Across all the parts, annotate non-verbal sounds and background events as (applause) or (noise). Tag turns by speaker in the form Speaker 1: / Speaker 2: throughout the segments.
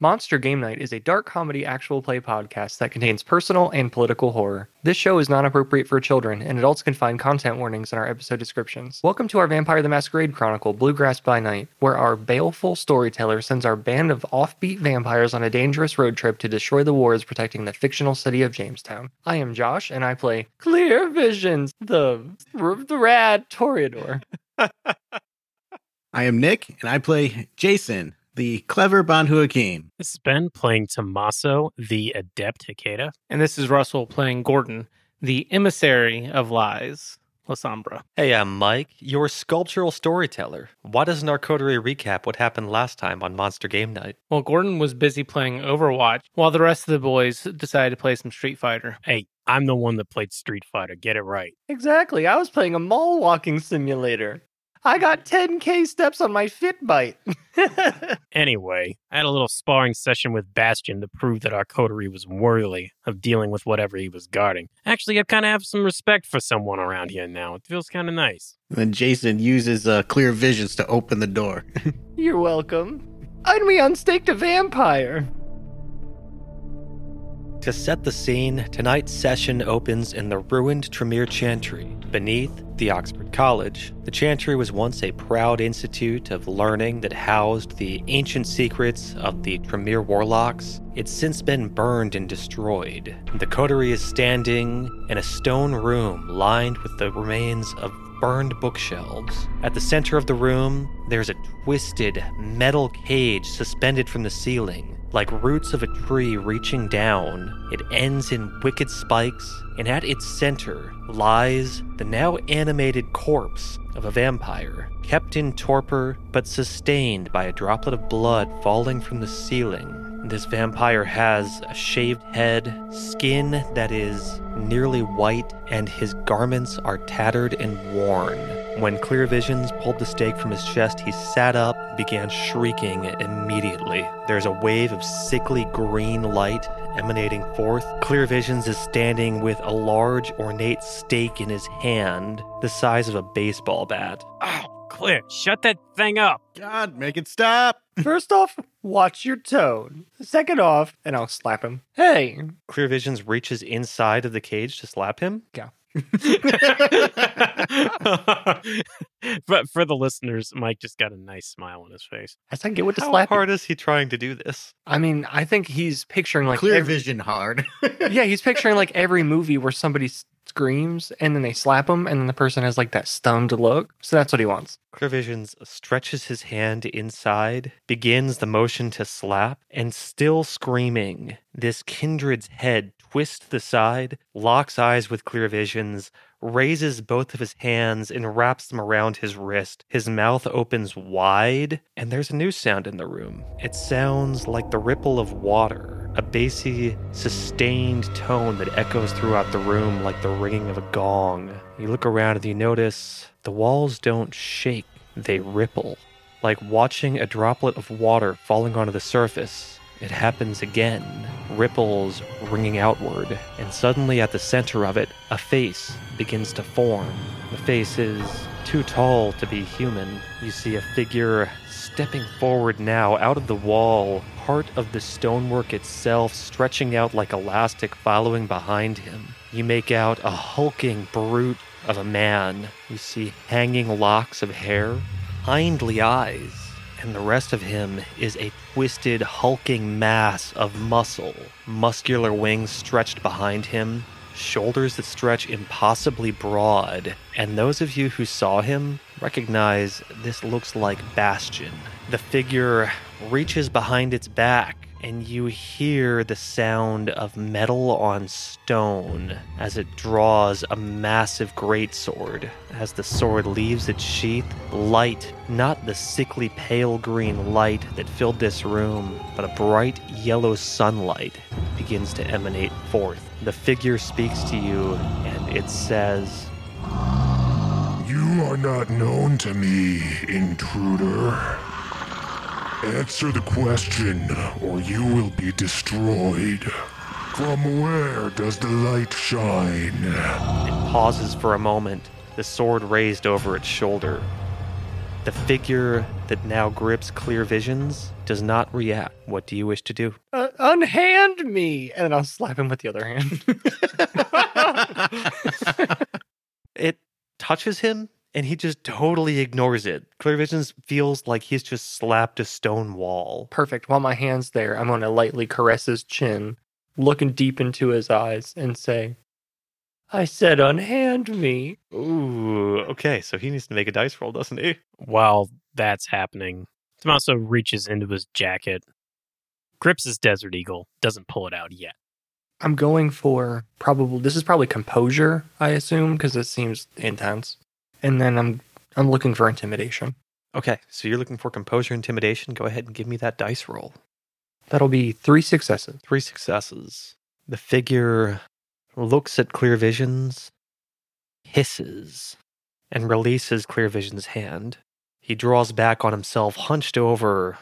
Speaker 1: Monster Game Night is a dark comedy actual play podcast that contains personal and political horror. This show is not appropriate for children, and adults can find content warnings in our episode descriptions. Welcome to our Vampire the Masquerade Chronicle, Bluegrass by Night, where our baleful storyteller sends our band of offbeat vampires on a dangerous road trip to destroy the wars protecting the fictional city of Jamestown. I am Josh, and I play Clear Visions, the, the rad Toreador.
Speaker 2: I am Nick, and I play Jason, the clever Banhuakim.
Speaker 3: This is Ben playing Tommaso, the adept Hikeda.
Speaker 4: And this is Russell playing Gordon, the emissary of lies, Lasombra.
Speaker 5: Hey, I'm Mike, your sculptural storyteller. Why doesn't our coterie recap what happened last time on Monster Game Night?
Speaker 4: Well, Gordon was busy playing Overwatch while the rest of the boys decided to play some Street Fighter.
Speaker 3: Hey, I'm the one that played Street Fighter. Get it right.
Speaker 1: Exactly. I was playing a mall walking simulator. I got 10k steps on my Fitbite.
Speaker 3: Anyway, I had a little sparring session with Bastion to prove that our coterie was worthy of dealing with whatever he was guarding. Actually, I kind of have some respect for someone around here now. It feels kind of nice.
Speaker 2: And then Jason uses uh, clear visions to open the door.
Speaker 1: (laughs)
Speaker 2: (laughs)
Speaker 1: You're welcome. And we unstaked a vampire.
Speaker 5: To set the scene, tonight's session opens in the ruined Tremere Chantry. Beneath the Oxford College, the Chantry was once a proud institute of learning that housed the ancient secrets of the Tremere warlocks. It's since been burned and destroyed. The coterie is standing in a stone room lined with the remains of burned bookshelves. At the center of the room, there's a twisted metal cage suspended from the ceiling. Like roots of a tree reaching down, it ends in wicked spikes, and at its center lies the now animated corpse of a vampire, kept in torpor but sustained by a droplet of blood falling from the ceiling. This vampire has a shaved head, skin that is nearly white, and his garments are tattered and worn. When Clear Visions pulled the stake from his chest, he sat up and began shrieking immediately. There's a wave of sickly green light emanating forth. Clear Visions is standing with a large, ornate stake in his hand, the size of a baseball bat.
Speaker 3: Oh, Clear, shut that thing up. (laughs)
Speaker 2: God, make it stop.
Speaker 1: First off, watch your tone. Second off, and I'll slap him. Hey,
Speaker 5: Clear Visions reaches inside of the cage to slap him.
Speaker 3: but for the listeners, Mike just got a nice smile on his face.
Speaker 1: I think get what to
Speaker 5: How
Speaker 1: slap.
Speaker 5: hard is he trying to do this?
Speaker 1: I mean, I think he's picturing like
Speaker 2: clear
Speaker 1: every-
Speaker 2: vision hard. (laughs)
Speaker 1: yeah, he's picturing like every movie where somebody s- screams and then they slap him, and then the person has like that stunned look. So that's what he wants.
Speaker 5: Clearvisions stretches his hand inside, begins the motion to slap, and still screaming, this kindred's head twists the side, locks eyes with Clearvisions, raises both of his hands and wraps them around his wrist. His mouth opens wide, and there's a new sound in the room. It sounds like the ripple of water, a bassy, sustained tone that echoes throughout the room like the ringing of a gong. You look around and you notice the walls don't shake, they ripple, like watching a droplet of water falling onto the surface. It happens again, ripples ringing outward, and suddenly at the center of it, a face begins to form. The face is too tall to be human. You see a figure stepping forward now out of the wall, part of the stonework itself stretching out like elastic following behind him. You make out a hulking brute of a man. You see hanging locks of hair, hindly eyes, and the rest of him is a twisted, hulking mass of muscle, muscular wings stretched behind him, shoulders that stretch impossibly broad. And those of you who saw him recognize this looks like Bastion. The figure reaches behind its back. And you hear the sound of metal on stone as it draws a massive greatsword. As the sword leaves its sheath, light, not the sickly pale green light that filled this room, but a bright yellow sunlight begins to emanate forth. The figure speaks to you and it says,
Speaker 6: You are not known to me, intruder. Answer the question, or you will be destroyed. From where does the light shine?
Speaker 5: It pauses for a moment, the sword raised over its shoulder. The figure that now grips clear visions does not react. What do you wish to do?
Speaker 1: Uh, unhand me, and then I'll slap him with the other hand.
Speaker 5: It touches him and he just totally ignores it. Clear visions feels like he's just slapped a stone wall.
Speaker 1: (laughs) Perfect. While my hand's there, I'm gonna lightly caress his chin, looking deep into his eyes, and say, "I said unhand me."
Speaker 5: Ooh, okay. So he needs to make a dice roll, doesn't he?
Speaker 3: While that's happening, Tommaso reaches into his jacket, grips his Desert Eagle, doesn't pull it out yet.
Speaker 1: I'm going for probably this is probably composure, I assume, because it seems intense. And then I'm I'm looking for intimidation.
Speaker 5: Okay. So you're looking for composure intimidation. Go ahead and give me that dice roll.
Speaker 1: That'll be three successes.
Speaker 5: Three successes. The figure looks at Clear Vision's, hisses, and releases Clear Vision's hand. He draws back on himself, hunched over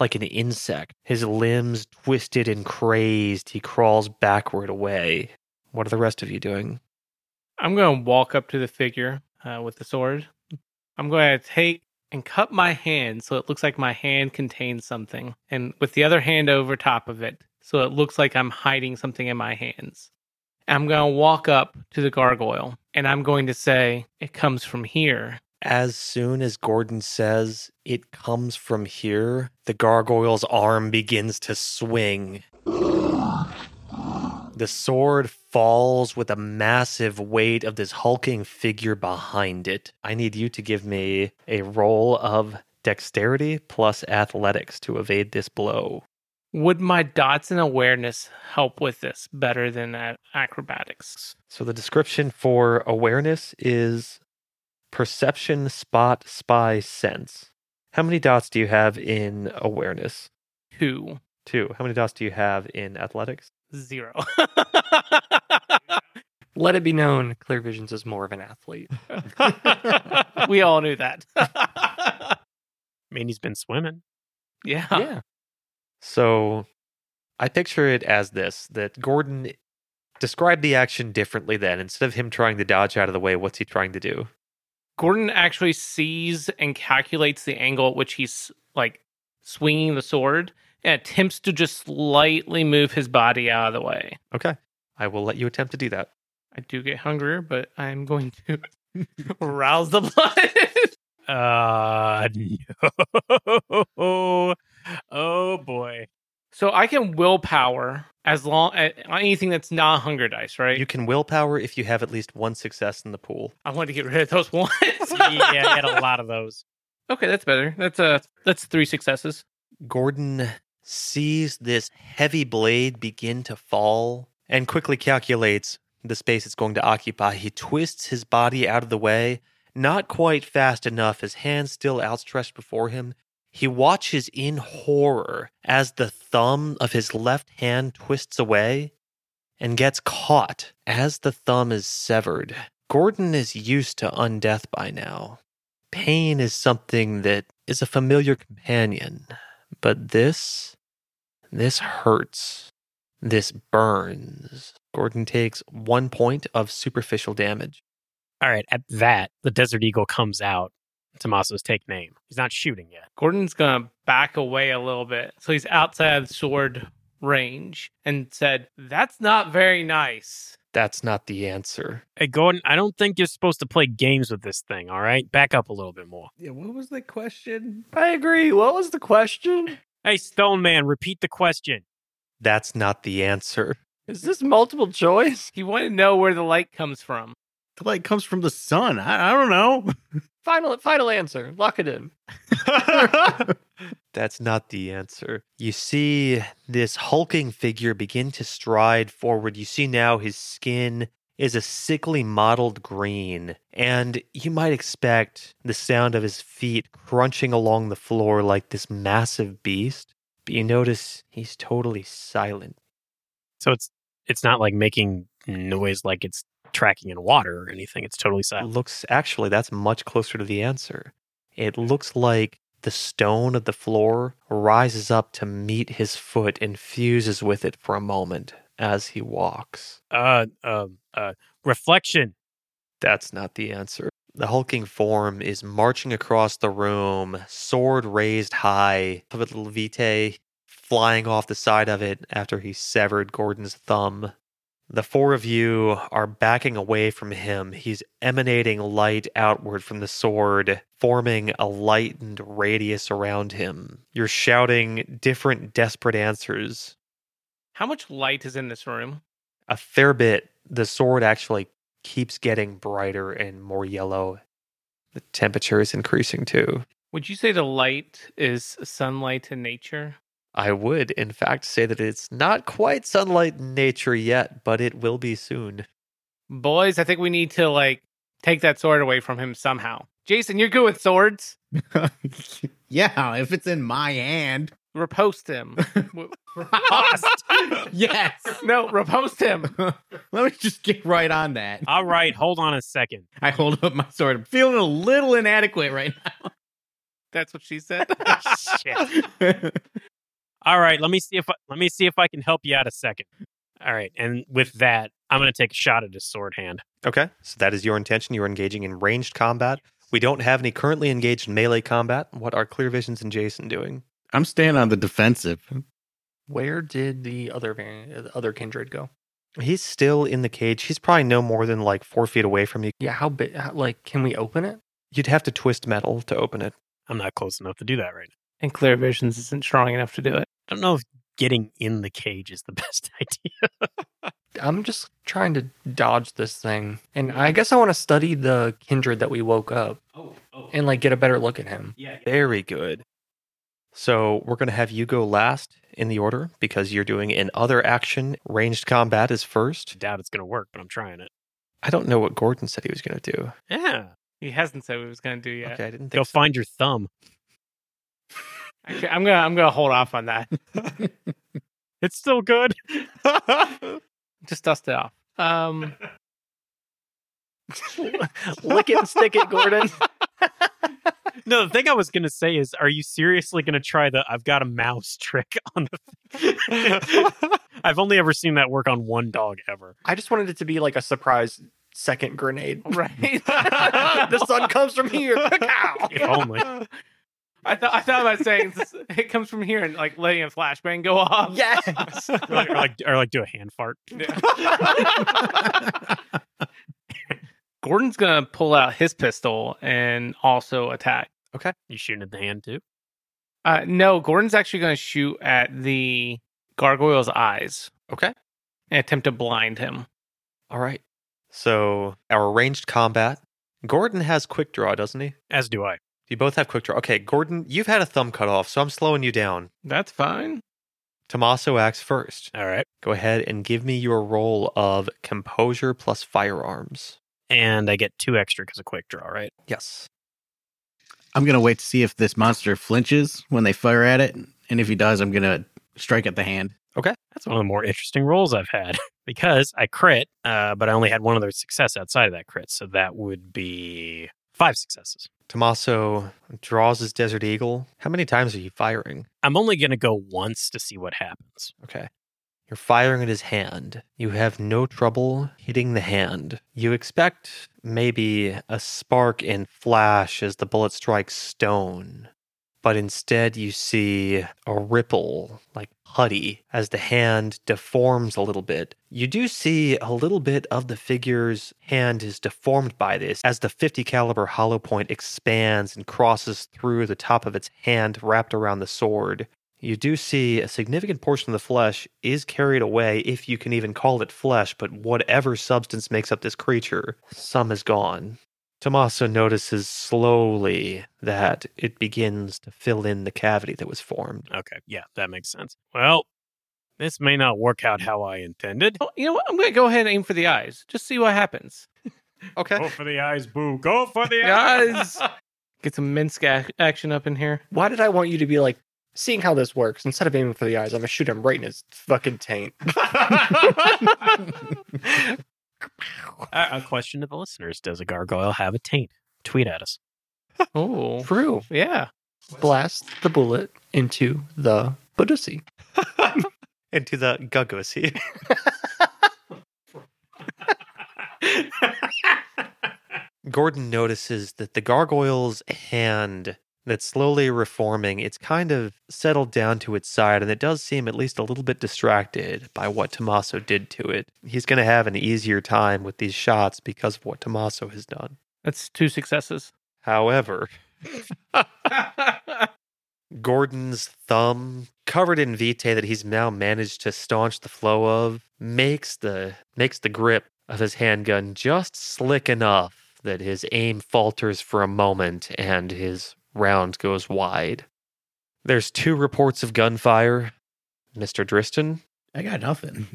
Speaker 5: like an insect. His limbs twisted and crazed. He crawls backward away. What are the rest of you doing?
Speaker 4: I'm going to walk up to the figure uh, with the sword. I'm going to take and cut my hand so it looks like my hand contains something, and with the other hand over top of it so it looks like I'm hiding something in my hands. I'm going to walk up to the gargoyle and I'm going to say, It comes from here.
Speaker 5: As soon as Gordon says it comes from here, the gargoyle's arm begins to swing. The sword falls with a massive weight of this hulking figure behind it. I need you to give me a roll of dexterity plus athletics to evade this blow.
Speaker 4: Would my dots and awareness help with this better than uh, acrobatics?
Speaker 5: So the description for awareness is perception, spot, spy, sense. How many dots do you have in awareness?
Speaker 4: Two,
Speaker 5: Two. How many dots do you have in athletics?
Speaker 4: zero.
Speaker 1: Let it be known, Clear Visions is more of an athlete.
Speaker 4: (laughs) we all knew that. (laughs)
Speaker 3: I mean, he's been swimming.
Speaker 4: yeah.
Speaker 1: yeah.
Speaker 5: So I picture it as this that Gordon described the action differently then. Instead of him trying to dodge out of the way, what's he trying to do?
Speaker 4: Gordon actually sees and calculates the angle at which he's like swinging the sword and attempts to just slightly move his body out of the way.
Speaker 5: Okay. I will let you attempt to do that.
Speaker 4: I do get hungrier, but I'm going to (laughs) rouse the blood. (laughs)
Speaker 3: Uh, no. Oh, boy.
Speaker 4: so I can willpower as long as anything that's not hunger dice, right?
Speaker 5: You can willpower if you have at least one success in the pool.
Speaker 4: I want to get rid of those (laughs) ones.
Speaker 3: Yeah, he had a lot of those.
Speaker 4: Okay, that's better. That's uh that's three successes.
Speaker 5: Gordon sees this heavy blade begin to fall and quickly calculates the space it's going to occupy. He twists his body out of the way, not quite fast enough, his hands still outstretched before him. He watches in horror as the thumb of his left hand twists away and gets caught as the thumb is severed. Gordon is used to undeath by now. Pain is something that is a familiar companion but this this hurts this burns gordon takes one point of superficial damage
Speaker 3: All right, at that, the Desert Eagle comes out. Tommaso's take name. He's not shooting yet.
Speaker 4: Gordon's gonna back away a little bit. So he's outside of the sword range and said, That's not very nice.
Speaker 5: that's not the answer
Speaker 3: Hey, Gordon, I don't think you're supposed to play games with this thing, all right? Back up a little bit more.
Speaker 2: Yeah, what was the question?
Speaker 1: I agree. What was the question?
Speaker 3: Hey, Stone Man, repeat the question.
Speaker 5: that's not the answer
Speaker 1: Is this multiple choice?
Speaker 4: He wanted to know where the light comes from.
Speaker 2: The light comes from the sun. I, I don't know.
Speaker 1: Final final answer. Lock it in.
Speaker 5: that's not the answer you see this hulking figure begin to stride forward you see now his skin is a sickly mottled green and you might expect the sound of his feet crunching along the floor like this massive beast but you notice he's totally silent
Speaker 3: So it's it's not like making noise like it's tracking in water or anything. It's totally silent.
Speaker 5: looks actually that's much closer to the answer. It looks like the stone of the floor rises up to meet his foot and fuses with it for a moment as he walks.
Speaker 3: Uh, um, uh, reflection.
Speaker 5: That's not the answer. The hulking form is marching across the room, sword raised high, little Vitae flying off the side of it after he severed Gordon's thumb. The four of you are backing away from him. He's emanating light outward from the sword, forming a lightened radius around him. You're shouting different desperate answers.
Speaker 4: How much light is in this room?
Speaker 5: A fair bit. The sword actually keeps getting brighter and more yellow. The temperature is increasing too.
Speaker 4: Would you say the light is sunlight in nature?
Speaker 5: I would, in fact, say that it's not quite sunlight in nature yet, but it will be soon.
Speaker 4: Boys, I think we need to like take that sword away from him somehow. Jason, you're good with swords.
Speaker 2: (laughs) yeah, if it's in my hand.
Speaker 4: Repost him. W-
Speaker 2: (laughs)
Speaker 5: (laughs)
Speaker 2: yes.
Speaker 4: no, repost him.
Speaker 2: (laughs) Let me just get right on that.
Speaker 3: All right, hold on a
Speaker 5: (laughs)
Speaker 3: second.
Speaker 2: I hold up (laughs) my sword. I'm feeling a little inadequate right
Speaker 4: That's what she said.
Speaker 3: Shit.
Speaker 2: now.
Speaker 3: All right, let me see if I, let me see if I can help you out a second. All right, and with that, I'm going to take a shot at his sword hand.
Speaker 5: Okay, so that is your intention. You're engaging in ranged combat. We don't have any currently engaged in melee combat. What are Clear Visions and Jason doing?
Speaker 2: I'm staying on the defensive.
Speaker 1: Where did the other variant, the other kindred go?
Speaker 5: He's still in the cage. He's probably no more than like four feet away from you.
Speaker 1: Yeah, how big? How, like, can we open it?
Speaker 5: You'd have to twist metal to open it.
Speaker 3: I'm not close enough to do that right now.
Speaker 4: and clear visions isn't strong enough to do it.
Speaker 3: I don't know if getting in the cage is the (laughs) best idea.
Speaker 1: I'm just trying to dodge this thing, and I guess I want to study the kindred that we woke up, and like get a better look at him.
Speaker 5: Very good. So we're going to have you go last in the order because you're doing an other action. Ranged combat is first.
Speaker 3: Doubt it's going to work, but I'm trying it.
Speaker 5: I don't know what Gordon said he was going to do.
Speaker 3: Yeah,
Speaker 4: He hasn't said what he was gonna do yet.
Speaker 5: Okay, I didn't think
Speaker 3: go
Speaker 5: so.
Speaker 3: find your thumb.
Speaker 4: Actually, I'm gonna I'm gonna hold off on that.
Speaker 3: It's still good.
Speaker 4: Just dust it off. Um,
Speaker 1: (laughs) Lick it and stick it, Gordon.
Speaker 3: No, the thing I was gonna say is, are you seriously gonna try the "I've got a mouse" trick (laughs) on the? Thing? (laughs) I've only ever seen that work on one dog ever.
Speaker 1: (laughs) I just wanted it to be like a surprise second grenade. (laughs)
Speaker 4: (laughs) right.
Speaker 1: the sun comes from here.
Speaker 4: (laughs)
Speaker 3: If only.
Speaker 4: I thought I thought about saying (laughs) this- it comes from here and like letting a flashbang go off.
Speaker 1: Yes.
Speaker 3: Or like, or like, or like do a hand fart.
Speaker 4: (laughs) Gordon's gonna pull out his pistol and also attack.
Speaker 3: You shooting at the hand too?
Speaker 4: Uh, no, Gordon's actually gonna shoot at the gargoyle's eyes
Speaker 5: Okay.
Speaker 4: and attempt to blind him.
Speaker 5: All right. So our ranged combat. Gordon has quick draw, doesn't he?
Speaker 3: As do I.
Speaker 5: You both have quick draw. Okay, Gordon, you've had a thumb cut off, so I'm slowing you down.
Speaker 4: That's fine.
Speaker 5: Tommaso acts first.
Speaker 3: All right.
Speaker 5: Go ahead and give me your roll of composure plus firearms.
Speaker 3: And I get two extra because of quick draw, right?
Speaker 5: Yes.
Speaker 2: I'm going to wait to see if this monster flinches when they fire at it. And if he does, I'm going to strike at the hand.
Speaker 3: That's one of the more interesting rolls I've had (laughs) because I crit, uh, but I only had one other success outside of that crit, so that would be five successes.
Speaker 5: Tommaso draws his Desert Eagle. How many times are you firing?
Speaker 3: I'm only gonna go once to see what happens.
Speaker 5: Okay. You're firing at his hand. You have no trouble hitting the hand. You expect maybe a spark and flash as the bullet strikes stone, but instead you see a ripple, like putty, as the hand deforms a little bit. You do see a little bit of the figure's hand is deformed by this as the 50 caliber hollow point expands and crosses through the top of its hand wrapped around the sword you do see a significant portion of the flesh is carried away, if you can even call it flesh, but whatever substance makes up this creature, some is gone. Tommaso notices slowly that it begins to fill in the cavity that was formed.
Speaker 3: Okay, yeah, that makes sense. Well, this may not work out how I intended.
Speaker 4: Oh, You know what? I'm gonna go ahead and aim for the eyes. Just see what happens.
Speaker 5: Okay.
Speaker 3: for the eyes, boo. Go for the
Speaker 4: Guys, (laughs) get some Minsk ac- action up in here.
Speaker 1: Why did I want you to be like, seeing how this works, instead of aiming for the eyes, I'm going to shoot him right in his fucking taint.
Speaker 3: A question to the listeners Does a gargoyle have a taint? Tweet at us.
Speaker 4: Oh,
Speaker 1: True.
Speaker 4: yeah.
Speaker 1: Blast the bullet into the pussy.
Speaker 5: Into the guggosy. (laughs) Gordon notices that the gargoyle's hand that's slowly reforming, it's kind of settled down to its side, and it does seem at least a little bit distracted by what Tommaso did to it. He's going to have an easier time with these shots because of what Tommaso has done.
Speaker 4: That's two successes.
Speaker 5: However, Gordon's thumb, covered in vitae that he's now managed to staunch the flow of, makes the makes the grip of his handgun just slick enough that his aim falters for a moment and his round goes wide. There's two reports of gunfire. Mr. Driston,
Speaker 2: I got (laughs) nothing.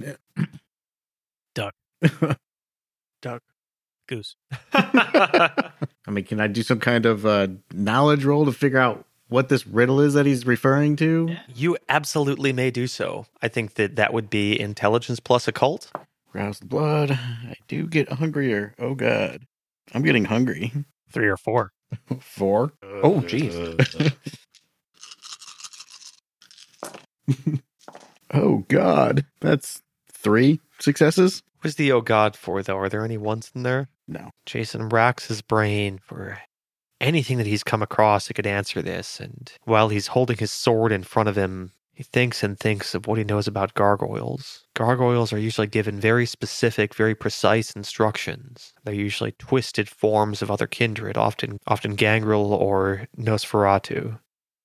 Speaker 3: Duck. Goose.
Speaker 2: (laughs) I mean, can I do some kind of uh, knowledge roll to figure out what this riddle is that he's referring to?
Speaker 5: you absolutely may do so. I think that that would be intelligence plus occult.
Speaker 2: Rouse the blood. I do get hungrier. Oh God, I'm getting hungry. (laughs)
Speaker 3: Three or four.
Speaker 2: Four.
Speaker 1: Oh, jeez.
Speaker 2: oh God, that's three successes.
Speaker 5: What's the oh god for though? Are there any ones in there?
Speaker 2: No.
Speaker 5: Jason racks his brain for anything that he's come across that could answer this, and while he's holding his sword in front of him, he thinks and thinks of what he knows about gargoyles. Gargoyles are usually given very specific, very precise instructions. They're usually twisted forms of other kindred, often often gangrel or Nosferatu.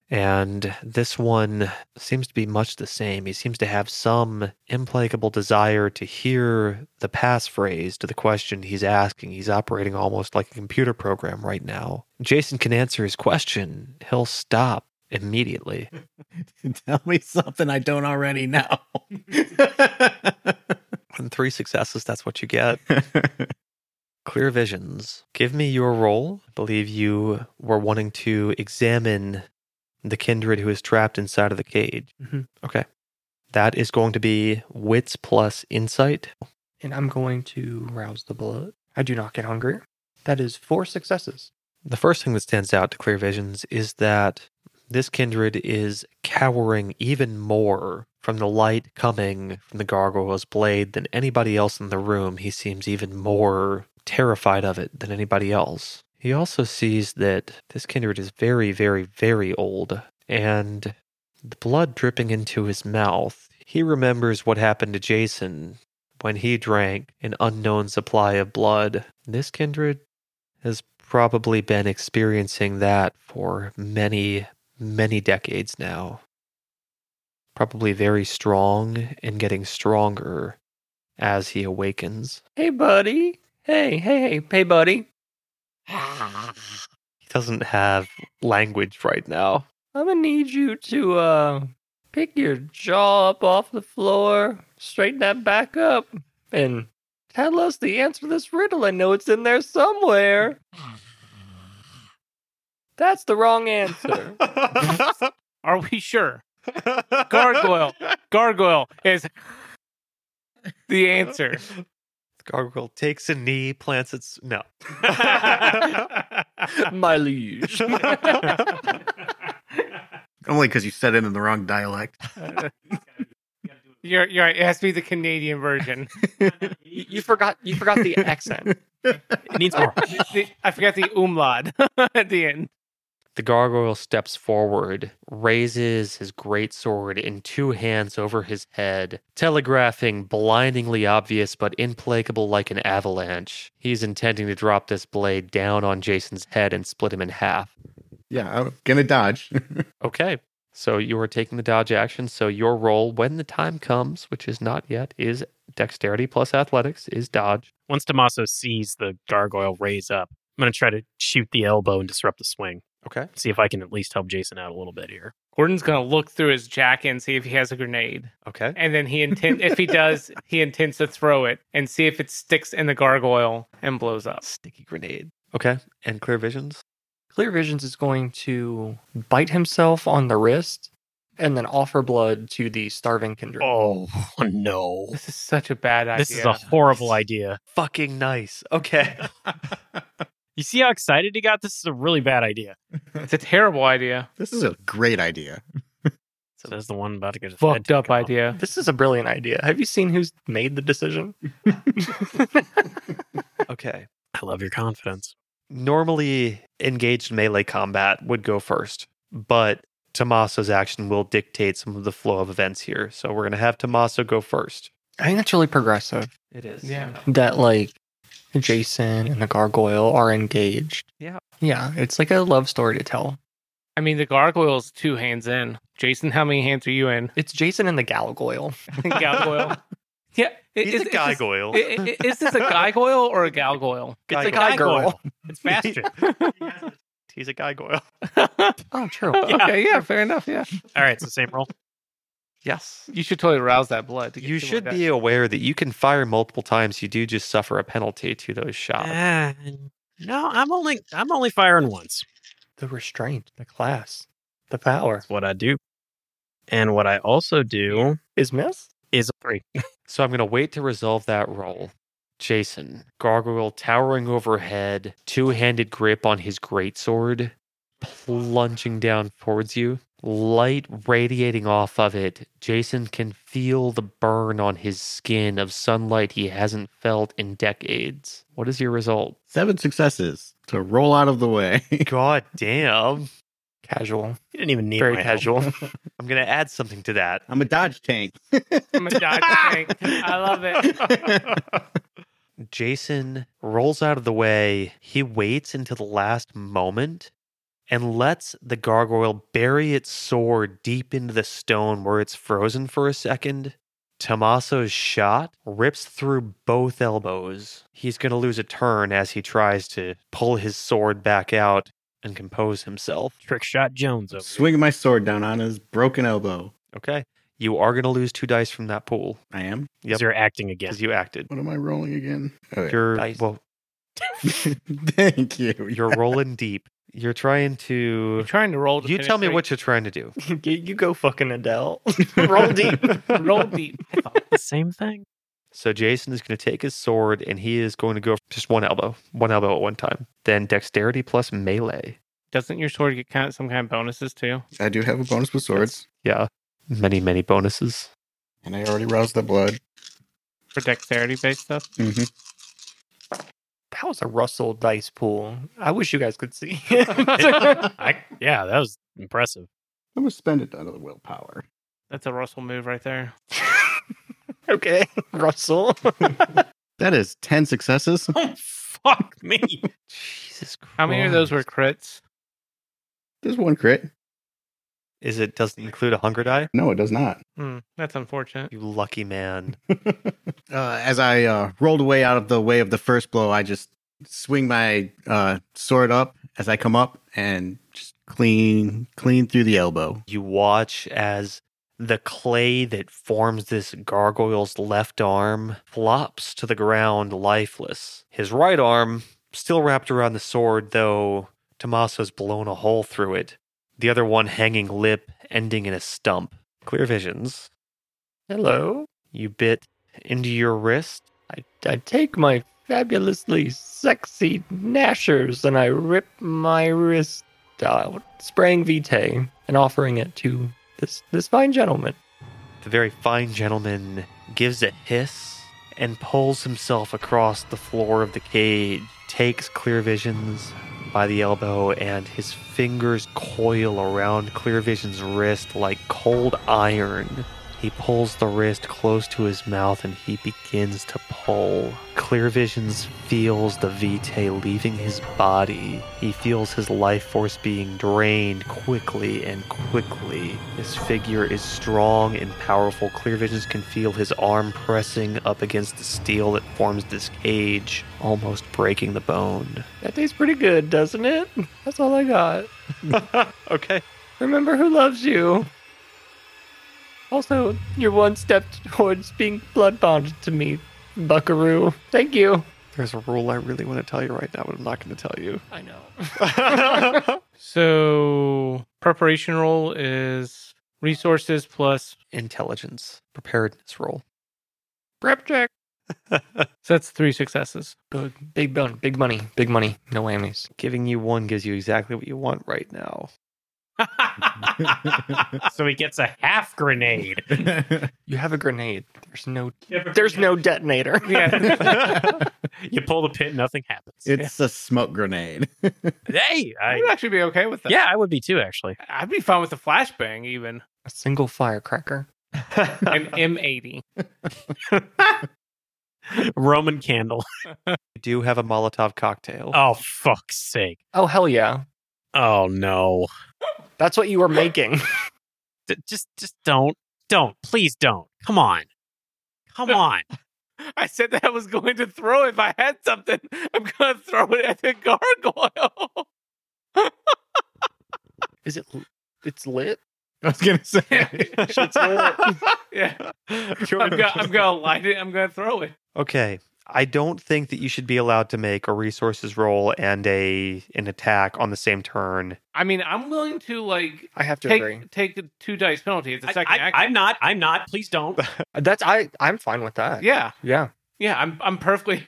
Speaker 5: And this one seems to be much the same. He seems to have some implacable desire to hear the passphrase to the question he's asking. He's operating almost like a computer program right now. Jason can answer his question, he'll stop immediately.
Speaker 2: (laughs) Tell me something I don't already (laughs) know.
Speaker 5: On three successes, that's what you get. Clear visions. Give me your role. I believe you were wanting to examine the kindred who is trapped inside of the cage.
Speaker 1: Mhm.
Speaker 5: Okay. That is going to be wits plus insight.
Speaker 1: and I'm going to rouse the blood. I do not get hungry. That is four successes.
Speaker 5: The first thing that stands out to Clear Visions is that this kindred is cowering even more from the light coming from the gargoyle's blade than anybody else in the room. He seems even more terrified of it than anybody else. He also sees that this kindred is very, very, very old, and the blood dripping into his mouth. He remembers what happened to Jason when he drank an unknown supply of blood. This kindred has probably been experiencing that for many, many decades now. Probably very strong and getting stronger as he awakens.
Speaker 1: Hey, buddy. Hey, hey, hey, hey, buddy.
Speaker 5: He doesn't have language right now.
Speaker 1: I'm gonna need you to uh pick your jaw up off the floor, straighten that back up, and tell us the answer to this riddle. I know it's in there somewhere. That's the wrong answer.
Speaker 4: Are we sure? Gargoyle. Gargoyle is the answer.
Speaker 5: Gargoyle takes a knee, plants its. No.
Speaker 1: (laughs) My liege.
Speaker 2: (laughs) Only because you said it in the wrong dialect.
Speaker 4: You're, you're right. It has to be the Canadian version.
Speaker 1: (laughs) You you forgot you forgot the accent.
Speaker 3: It needs more.
Speaker 4: The- I forgot the umlaut (laughs) at the end.
Speaker 5: The gargoyle steps forward, raises his great sword in two hands over his head, telegraphing blindingly obvious but implacable like an avalanche. He's intending to drop this blade down on Jason's head and split him in half.
Speaker 2: Yeah, I'm gonna dodge. (laughs)
Speaker 5: Okay. So you are taking the dodge action. So your roll, when the time comes, which is not yet, is dexterity plus athletics is dodge.
Speaker 3: Once Tommaso sees the gargoyle raise up, I'm going to try to shoot the elbow and disrupt the swing.
Speaker 5: Okay.
Speaker 3: See if I can at least help Jason out a little bit here.
Speaker 4: Gordon's gonna look through his jacket and see if he has a grenade,
Speaker 5: Okay.
Speaker 4: and then he intend if he does, he intends to throw it and see if it sticks in the gargoyle and blows up.
Speaker 5: Sticky grenade. Okay. And clear visions.
Speaker 1: Clear Visions is going to bite himself on the wrist and then offer blood to the starving kindred.
Speaker 4: (laughs)
Speaker 3: Oh, (laughs) no.
Speaker 4: This is such a bad idea.
Speaker 3: This is a horrible idea.
Speaker 5: Fucking nice. (laughs) Okay.
Speaker 3: You see how excited he got? This is a really bad idea.
Speaker 4: it's a terrible idea.
Speaker 2: this is a great idea.
Speaker 3: So there's the one about to get his head
Speaker 4: Fucked up
Speaker 3: taken off.
Speaker 4: idea.
Speaker 1: This is a brilliant idea. Have you seen who's made the decision?
Speaker 5: Okay.
Speaker 3: I love your confidence.
Speaker 5: normally engaged melee combat would go first, but Tommaso's action will dictate some of the flow of events here. So we're going to have Tommaso go first.
Speaker 1: I think that's really progressive.
Speaker 5: It is.
Speaker 4: Yeah.
Speaker 1: That like Jason and the gargoyle are engaged.
Speaker 5: Yeah.
Speaker 1: Yeah. It's like a love story to tell.
Speaker 4: I mean, the gargoyle's two hands in. Jason, how many hands are you in?
Speaker 1: It's Jason and the galgoyle.
Speaker 4: gargoyle. (laughs) Yeah, it-
Speaker 5: He's
Speaker 4: it's-
Speaker 5: a
Speaker 4: it's
Speaker 5: guy
Speaker 4: just-
Speaker 5: goyle.
Speaker 4: i- i- Is this a gargoyle or a galgoyle?
Speaker 5: It's
Speaker 1: It's
Speaker 5: a
Speaker 1: a guy girl.
Speaker 3: It's
Speaker 4: (laughs)
Speaker 3: Bastion.
Speaker 5: He's a guy goyle.
Speaker 1: (laughs) Oh, true.
Speaker 4: Okay, yeah, fair enough. Yeah,
Speaker 3: All right, so same roll.
Speaker 5: (laughs) Yes.
Speaker 4: you should totally rouse that blood. To get
Speaker 5: You
Speaker 4: someone
Speaker 5: should
Speaker 4: like
Speaker 5: be aware that you can fire multiple times. You do just suffer a penalty to those shots.
Speaker 3: Ah, no, I'm only I'm only firing once.
Speaker 1: The restraint, the class, the power.
Speaker 3: That's what I do. And what I also do
Speaker 1: Is miss?
Speaker 3: is a three.
Speaker 5: So I'm going to wait to resolve that roll. Jason, gargoyle towering overhead, two handed grip on his greatsword, plunging down towards you. Light radiating off of it. Jason can feel the burn on his skin of sunlight he hasn't felt in decades. What is your result?
Speaker 2: Seven successes to roll out of the way. (laughs)
Speaker 5: God damn.
Speaker 1: Casual.
Speaker 3: You didn't even need
Speaker 1: Very
Speaker 3: my help.
Speaker 1: casual.
Speaker 5: (laughs) I'm going to add something to that.
Speaker 2: I'm a dodge tank.
Speaker 4: that. I'm
Speaker 2: (laughs)
Speaker 4: a dodge tank. I love it.
Speaker 5: Jason rolls out of the way. He waits until the last moment and lets the gargoyle bury its sword deep into the stone where it's frozen for a second. Tommaso's shot rips through both elbows. He's going to lose a turn as he tries to pull his sword back out and compose himself.
Speaker 3: Trick shot Jones over. here.
Speaker 2: Swinging my sword down on his broken elbow.
Speaker 5: Okay. You are going to lose two dice from that pool
Speaker 2: I am.
Speaker 5: Yep.
Speaker 3: Because you're acting again.
Speaker 5: because you acted.
Speaker 2: What am I rolling again? Oh, yeah.
Speaker 5: You're,
Speaker 1: Dice.
Speaker 5: well,
Speaker 2: (laughs) Thank you.
Speaker 5: you're rolling deep. You're trying
Speaker 4: You're
Speaker 5: to.
Speaker 4: trying to roll. To
Speaker 5: You tell me
Speaker 4: penetrate.
Speaker 5: what you're trying to do.
Speaker 1: (laughs) you, you go fucking
Speaker 5: (laughs)
Speaker 1: Adele.
Speaker 4: roll deep. roll deep.
Speaker 3: the same thing.
Speaker 5: So Jason is going to take his sword and he is going to go just one elbow, one elbow at one time. Then dexterity plus melee.
Speaker 4: Doesn't your sword get kind of, some kind of bonuses too?
Speaker 2: I do have a bonus with swords,
Speaker 5: Yeah, many many bonuses.
Speaker 2: and I already roused the blood.
Speaker 4: for dexterity based stuff.
Speaker 2: Mm-hmm.
Speaker 1: that was a Russell dice pool. I wish you guys could see.
Speaker 3: I, yeah, that was impressive.
Speaker 2: I'm gonna spend it under the willpower.
Speaker 4: That's a Russell move right there.
Speaker 1: okay, (laughs) Russell.
Speaker 2: That is ten successes.
Speaker 3: Oh fuck me!
Speaker 5: Jesus Christ.
Speaker 4: How many of those were crits?
Speaker 2: (laughs) There's one crit.
Speaker 5: Is it doesn't include a hunger die?
Speaker 2: No, it does not.
Speaker 4: Hmm, that's unfortunate.
Speaker 5: You lucky man.
Speaker 2: uh, as I (laughs) uh, rolled away out of the way of the first blow, I just swing my uh, sword up as I come up and just clean, clean through the elbow.
Speaker 5: You watch as the clay that forms this gargoyle's left arm flops to the ground lifeless. His right arm still wrapped around the sword, though Tommaso's blown a hole through it. The other one hanging lip, ending in a stump. Clear visions.
Speaker 1: Hello.
Speaker 5: You bit into your wrist.
Speaker 1: I, I take my fabulously sexy gnashers and I rip my wrist out, spraying vitae and offering it to this this fine gentleman.
Speaker 5: The very fine gentleman gives a hiss and pulls himself across the floor of the cage, takes Clear Visions by the elbow, and his fingers coil around Clear Vision's wrist like cold iron. He pulls the wrist close to his mouth and he begins to pull. Clear Visions feels the Vitae leaving his body. He feels his life force being drained quickly and quickly. This figure is strong and powerful. Clear Visions can feel his arm pressing up against the steel that forms this cage, almost breaking the bone.
Speaker 1: That tastes pretty good, doesn't it? That's all I got.
Speaker 5: Okay.
Speaker 1: Remember who loves you. Also, you're one step towards being blood bonded to me, Buckaroo. Thank you.
Speaker 5: There's a rule I really want to tell you right now, but I'm not going to tell you.
Speaker 1: I know. (laughs)
Speaker 4: So preparation roll is resources plus.
Speaker 5: Intelligence, preparedness roll.
Speaker 1: Prep check.
Speaker 4: So that's three successes.
Speaker 1: Good. Big money. Big money. Big money. No whammies.
Speaker 5: Giving you one gives you exactly what you want right now.
Speaker 3: (laughs) so he gets a half (laughs) grenade.
Speaker 1: (laughs) You have a grenade. There's no. There's no detonator.
Speaker 4: Yeah.
Speaker 3: (laughs) You pull the pin, nothing happens.
Speaker 2: It's a smoke grenade. (laughs)
Speaker 3: hey,
Speaker 4: I
Speaker 3: I,
Speaker 4: would actually be okay with that.
Speaker 3: yeah, I would be too. Actually,
Speaker 4: I'd be fine with a flashbang even.
Speaker 1: (laughs) A single firecracker. (laughs)
Speaker 4: An M80.
Speaker 3: Roman candle.
Speaker 5: We do have a Molotov cocktail.
Speaker 3: Oh fuck's sake!
Speaker 1: Oh hell yeah.
Speaker 3: Oh no!
Speaker 1: That's what you were making.
Speaker 3: D- just, just don't, don't, please don't. Come on, come on.
Speaker 4: (laughs) I said that I was going to throw it if I had something. I'm going to throw it at the
Speaker 1: (laughs)
Speaker 4: gargoyle.
Speaker 1: Is it? It's lit.
Speaker 2: I was gonna say. (laughs)
Speaker 4: (laughs) yeah. I'm going I'm to light it. I'm going to throw it.
Speaker 5: Okay. I don't think that you should be allowed to make a resources roll and a an attack on the same turn.
Speaker 4: I mean, I'm willing to like
Speaker 1: I have to agree.
Speaker 4: take take the two dice penalty. It's a second
Speaker 3: I,
Speaker 4: action.
Speaker 3: am not. I'm not. Please
Speaker 4: (laughs)
Speaker 3: don't.
Speaker 1: That's I. I'm fine with that.
Speaker 4: yeah.
Speaker 1: Yeah.
Speaker 4: Yeah, I'm I'm perfectly.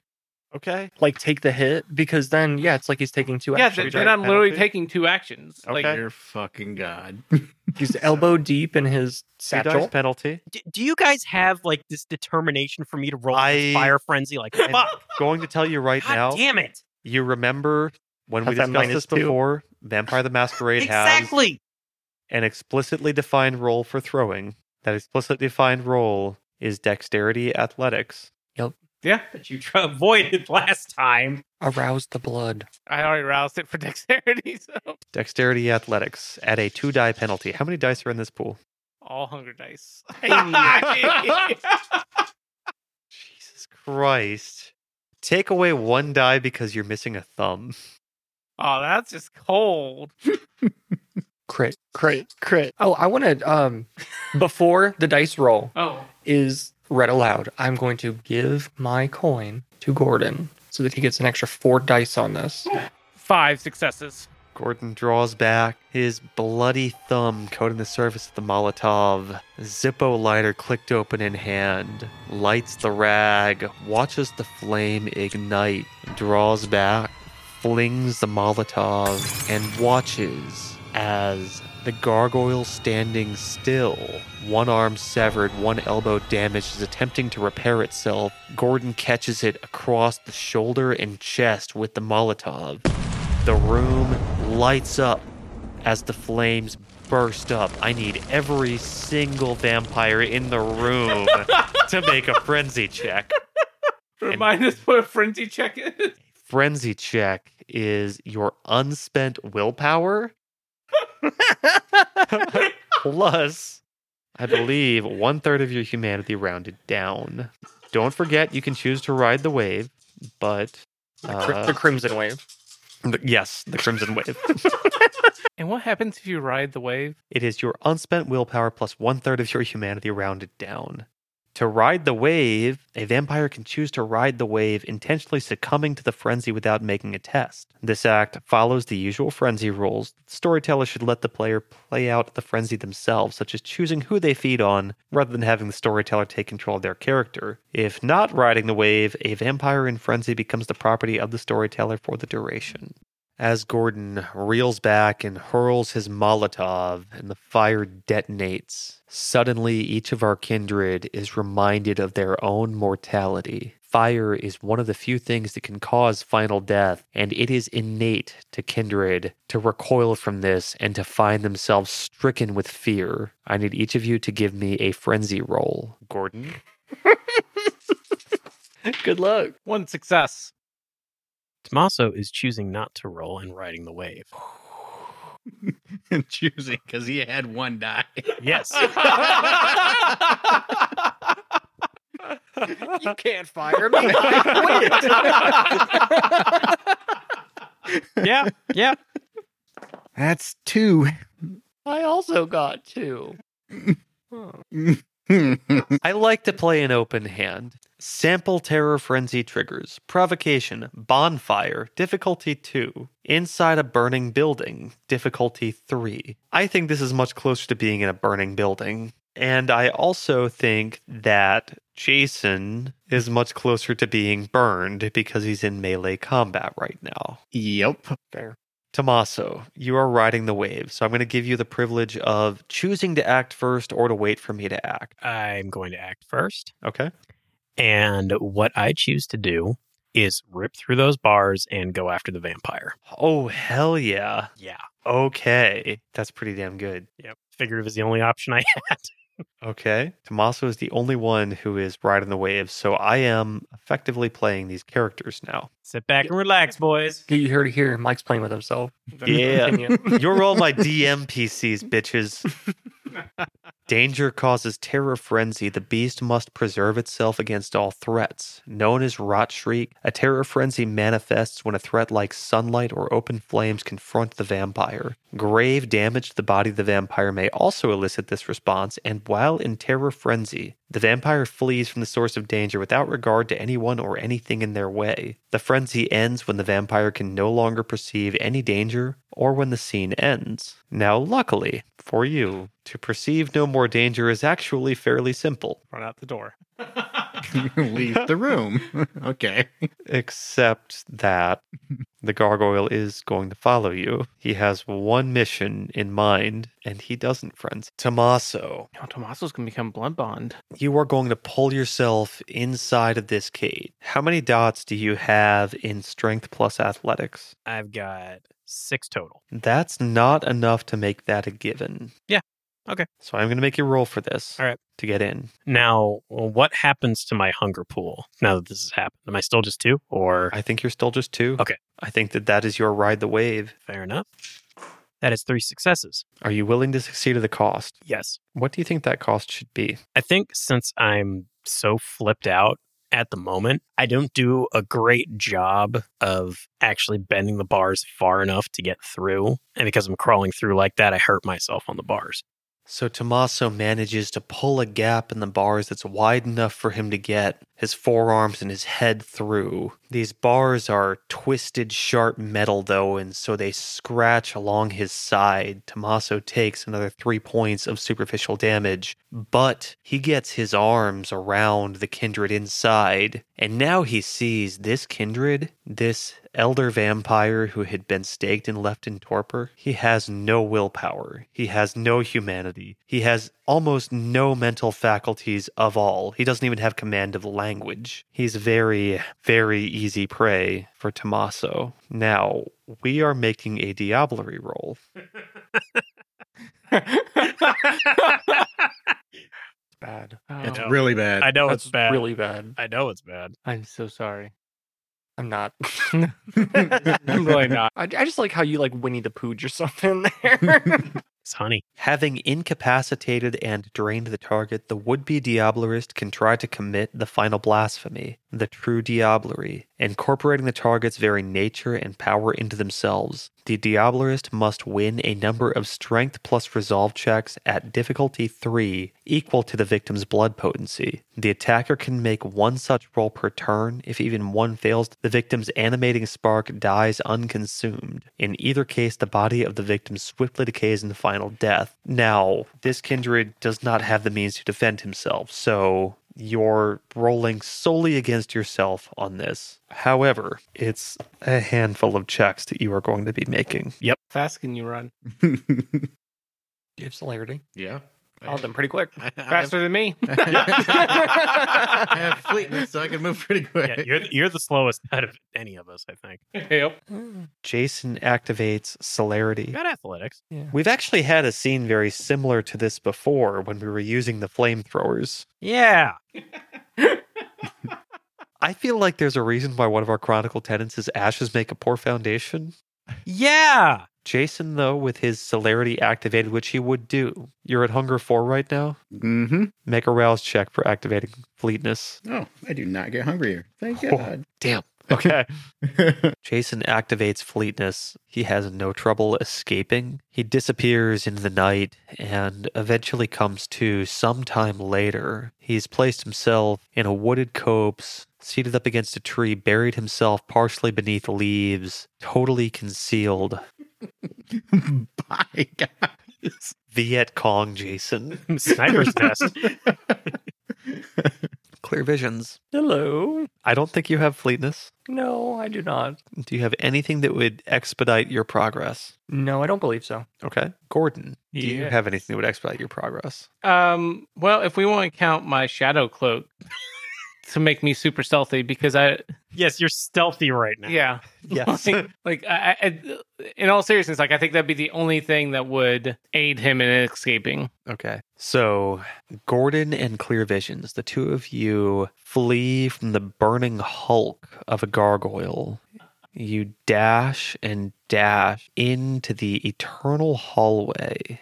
Speaker 5: Okay.
Speaker 1: Like take the hit because then yeah, it's like he's taking two
Speaker 4: yeah,
Speaker 1: actions.
Speaker 4: th-
Speaker 5: try
Speaker 4: then I'm literally
Speaker 5: penalty?
Speaker 4: taking two actions.
Speaker 2: (laughs)
Speaker 4: Like
Speaker 5: Okay.
Speaker 2: Dear fucking god. (laughs)
Speaker 1: He's elbow deep in his
Speaker 5: Two dice
Speaker 1: satchel.
Speaker 5: penalty.
Speaker 3: D- do you guys have like this determination for me to roll
Speaker 5: I-
Speaker 3: this fire frenzy?
Speaker 5: (laughs)
Speaker 3: Like,
Speaker 5: I'm
Speaker 3: fuck!
Speaker 5: Going to tell you right
Speaker 3: God
Speaker 5: now.
Speaker 3: damn it!
Speaker 5: You remember when
Speaker 1: Has
Speaker 5: we
Speaker 1: that
Speaker 5: discussed
Speaker 1: minus
Speaker 5: this
Speaker 1: two?
Speaker 5: before? Vampire
Speaker 3: (laughs)
Speaker 5: the Masquerade has
Speaker 3: Exactly.
Speaker 5: an explicitly defined role for throwing. That explicitly defined role is dexterity athletics.
Speaker 3: That you tr- avoided last time.
Speaker 1: Arouse the blood.
Speaker 4: (laughs) I already roused it for dexterity, (laughs) so
Speaker 5: Dexterity athletics at a two die penalty. How many dice are in this pool?
Speaker 4: all hunger dice. (laughs)
Speaker 5: Jesus Christ. Take away one die because you're missing a thumb.
Speaker 4: oh, that's just cold.
Speaker 1: Crit. Crit. Crit. Oh, I want to. Um, before the dice roll
Speaker 4: Oh,
Speaker 1: is read aloud, I'm going to give my coin to Gordon so that he gets an extra four dice on this.
Speaker 4: five successes.
Speaker 5: Gordon draws back, his bloody thumb coating the surface of the Molotov. Zippo lighter clicked open in hand, lights the rag, watches the flame ignite, draws back, flings the Molotov, and watches as the gargoyle standing still, one arm severed, one elbow damaged, is attempting to repair itself. Gordon catches it across the shoulder and chest with the Molotov. The room lights up as the flames burst up. I need every single vampire in the (laughs) room to make a frenzy check.
Speaker 4: Remind us what a frenzy check is.
Speaker 5: Frenzy check is your unspent (laughs) willpower plus, I believe, one third of your humanity rounded down. Don't forget, you can choose to ride the wave, but.
Speaker 1: Cri-
Speaker 5: uh,
Speaker 1: the crimson wave.
Speaker 5: yes, the Crimson Wave.
Speaker 4: (laughs) And what happens if you ride the wave?
Speaker 5: It is your unspent willpower plus one third of your humanity rounded down. To ride the wave, a vampire can choose to ride the wave, intentionally succumbing to the frenzy without making a test. This act follows the usual frenzy rules. The storyteller should let the player play out the frenzy themselves, such as choosing who they feed on, rather than having the storyteller take control of their character. If not riding the wave, a vampire in frenzy becomes the property of the storyteller for the duration. As Gordon reels back and hurls his Molotov, and the fire detonates, suddenly each of our kindred is reminded of their own mortality. Fire is one of the few things that can cause final death, and it is innate to kindred to recoil from this and to find themselves stricken with fear. I need each of you to give me a frenzy roll. Gordon?
Speaker 1: Good luck.
Speaker 4: One (laughs) success.
Speaker 3: Tommaso is choosing not to roll and riding the wave.
Speaker 2: Choosing because he had one die.
Speaker 3: Yes.
Speaker 1: You can't fire me. I quit.
Speaker 3: yeah. Yeah.
Speaker 2: That's two.
Speaker 1: (laughs)
Speaker 2: (laughs)
Speaker 1: I also got two.
Speaker 5: I like to play an open hand. Sample terror frenzy triggers, provocation, bonfire, difficulty 2, inside a burning building, difficulty 3. I think this is much closer to being in a burning building. And I also think that Jason is much closer to being burned because he's in melee combat right now.
Speaker 2: Yep.
Speaker 1: Fair.
Speaker 5: Tommaso, you are riding the wave, so I'm going to give you the privilege of choosing to act first or to wait for me to act.
Speaker 3: I'm going to act first.
Speaker 5: Okay?
Speaker 3: And what I choose to do is rip through those bars and go after the vampire.
Speaker 5: Oh, hell yeah.
Speaker 3: Yeah.
Speaker 5: Okay. That's pretty damn good.
Speaker 3: Yep. Figurative is the only option I had.
Speaker 5: Okay. Tommaso is the only one who is riding the wave, so I am effectively playing these characters now.
Speaker 3: Sit back and relax, boys.
Speaker 1: You heard it here. Mike's playing with himself.
Speaker 5: Yeah.
Speaker 1: Continue.
Speaker 5: You're all my DM PCs, bitches. Danger causes terror frenzy. The beast must preserve itself against all threats. Known as Rot Shriek, a terror frenzy manifests when a threat like sunlight or open flames confront the vampire. Grave damage to the body of the vampire may also elicit this response, and while in terror frenzy, the vampire flees from the source of danger without regard to anyone or anything in their way. The frenzy ends when the vampire can no longer perceive any danger or when the scene ends. Now, luckily for you, to perceive no more danger is actually fairly simple,
Speaker 4: Run out the door.
Speaker 2: (laughs) Leave the room. (laughs) okay.
Speaker 5: except
Speaker 3: (laughs)
Speaker 5: that the gargoyle is going to follow you. He has one mission in mind, and he doesn't, friends. Tommaso,
Speaker 4: Now Tommaso's gonna become blood (laughs) bond.
Speaker 5: you are going to pull yourself inside of this cage. How many dots do you have in strength plus athletics?
Speaker 3: I've got six total.
Speaker 5: That's not enough to make that a given.
Speaker 3: Yeah. Okay.
Speaker 5: So I'm going to make you roll for this.
Speaker 3: All right.
Speaker 5: To get in.
Speaker 3: Now, what happens to my hunger pool now that this has happened? Am I still just two or?
Speaker 5: I think you're still just two.
Speaker 3: Okay.
Speaker 5: I think that that is your ride the wave.
Speaker 3: Fair enough. That is three successes.
Speaker 5: Are you willing to succeed at the cost?
Speaker 3: Yes.
Speaker 5: What do you think that cost should be?
Speaker 3: I think since I'm so flipped out at the moment, I don't do a great job of actually bending the bars far enough to get through. And because I'm crawling through like that, I hurt myself on the bars.
Speaker 5: So Tommaso manages to pull a gap in the bars that's wide enough for him to get his forearms and his head through. These bars are twisted, sharp metal, though, and so they scratch along his side. Tommaso takes another three points of superficial damage, but he gets his arms around the kindred inside, and now he sees this kindred, this elder vampire who had been staked and left in torpor, he has no willpower. He has no humanity. He has almost no mental faculties of all. He doesn't even have command of language. He's very, very easy prey for Tommaso. Now, we are making a Diablerie roll.
Speaker 1: bad.
Speaker 2: It's
Speaker 4: Oh,
Speaker 2: really bad.
Speaker 3: I know
Speaker 1: That's
Speaker 3: it's bad.
Speaker 1: really bad.
Speaker 3: I know it's bad.
Speaker 4: I'm so sorry.
Speaker 1: I'm not. (laughs)
Speaker 2: (laughs)
Speaker 4: I'm really not.
Speaker 1: I, I just like how you like Winnie the Pooh or something there.
Speaker 3: (laughs) It's honey.
Speaker 5: Having incapacitated and drained the target, the would be Diablerist can try to commit the final blasphemy, the true Diablerie, incorporating the target's very nature and power into themselves. The Diablerist must win a number of strength plus resolve checks at difficulty 3 equal to the victim's blood potency. The attacker can make one such roll per turn. If even one fails, the victim's animating spark dies unconsumed. In either case, the body of the victim swiftly decays in the final death. Now, this kindred does not have the means to defend himself, so you're rolling solely against yourself on this. However, it's a handful of checks that you are going to be making.
Speaker 4: Fast can you run?
Speaker 2: (laughs)
Speaker 1: you have celerity.
Speaker 2: yeah.
Speaker 1: All of them pretty
Speaker 2: (laughs)
Speaker 1: quick.
Speaker 2: I, I have-
Speaker 4: Faster than me.
Speaker 2: I have fleetness, so I can move pretty quick.
Speaker 3: Yeah, you're, you're the slowest out of any of us, I think.
Speaker 4: (laughs) Yep.
Speaker 5: Jason activates celerity.
Speaker 3: You got athletics.
Speaker 5: We've actually had a scene very similar to this before when we were using the flamethrowers.
Speaker 3: Yeah.
Speaker 5: I feel like there's a reason why one of our chronicle tenants is ashes make a poor foundation.
Speaker 3: Yeah.
Speaker 5: Jason, though, with his celerity activated, which he would do, you're at hunger four right now.
Speaker 2: mm-hmm.
Speaker 5: Make a rouse check for activating fleetness.
Speaker 2: Oh, I do not get hungrier. Thank
Speaker 5: Oh.
Speaker 2: God.
Speaker 5: Damn. Okay. Jason activates fleetness. He has no trouble escaping. He disappears into the night and eventually comes to sometime later. He's placed himself in a wooded copse, seated up against a tree, buried himself partially beneath leaves, totally concealed.
Speaker 2: (laughs) Bye, guys.
Speaker 5: Viet Cong
Speaker 3: (laughs)
Speaker 5: Jason.
Speaker 3: Sniper's test.
Speaker 5: Clear visions.
Speaker 1: Hello.
Speaker 5: I don't think you have fleetness.
Speaker 1: No, I do not.
Speaker 5: Do you have anything that would expedite your progress?
Speaker 1: No, I don't believe so.
Speaker 5: Okay. Gordon, do you
Speaker 4: Yeah.
Speaker 5: have anything that would expedite your progress?
Speaker 4: Um. Well, if we want to count my shadow cloak, to make me super stealthy because I
Speaker 3: (laughs) Yes, you're stealthy right now.
Speaker 4: yeah (laughs)
Speaker 5: Yes.
Speaker 4: like, like I, I in all seriousness like I think that'd be the only thing that would aid him in escaping.
Speaker 5: Okay. So, Gordon and Clear Visions, the two of you flee from the burning hulk of a gargoyle. You dash and dash into the eternal hallway.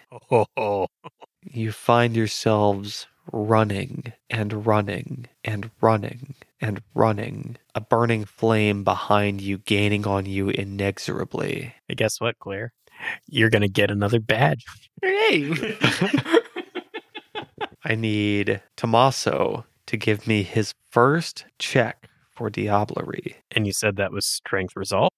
Speaker 5: You find yourselves running and running and running and running, a burning flame behind you, gaining on you inexorably.
Speaker 3: Hey, guess what, Claire? You're gonna get another badge.
Speaker 5: I need Tommaso to give me his first check for Diablerie.
Speaker 3: And you said that was strength resolve.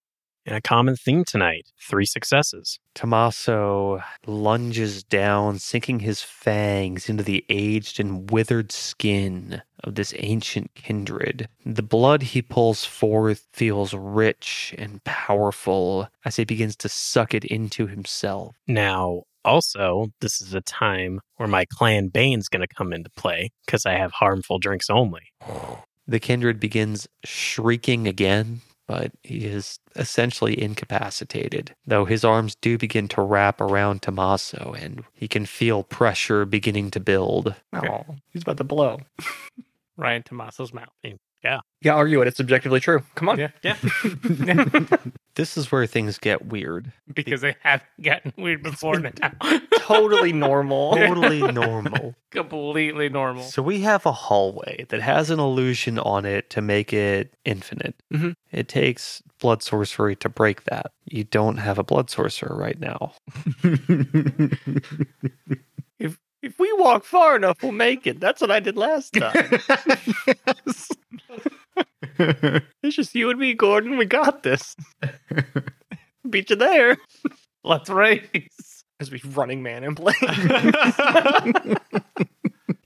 Speaker 3: And a common theme tonight: three successes.
Speaker 5: Tommaso lunges down, sinking his fangs into the aged and withered skin of this ancient kindred. The blood he pulls forth feels rich and powerful as he begins to suck it into himself.
Speaker 3: Now, also, this is a time where my clan Bane's going to come into play because I have harmful drinks only.
Speaker 5: The kindred begins shrieking again, but he is essentially incapacitated, though his arms do begin to wrap around Tommaso and he can feel pressure beginning to build.
Speaker 1: Oh, he's about to blow.
Speaker 4: (laughs) Ryan Tomaso's mouth.
Speaker 1: Yeah, argue it. It's objectively true. Come on.
Speaker 4: Yeah.
Speaker 3: Yeah.
Speaker 5: This is where things get weird.
Speaker 4: (laughs) Because they have gotten weird before now. (laughs)
Speaker 1: Totally normal.
Speaker 5: (laughs) Totally normal.
Speaker 4: Completely normal.
Speaker 5: So we have a hallway that has an illusion on it to make it infinite.
Speaker 1: Mhm.
Speaker 5: It takes blood sorcery to break that. You don't have a blood sorcerer right now.
Speaker 1: (laughs) If we walk far enough, we'll make it. That's what I did (laughs) last time. it's just you and me, Gordon. We got (laughs) this. Beat you there.
Speaker 4: Let's race.
Speaker 1: As we running man and (laughs) play.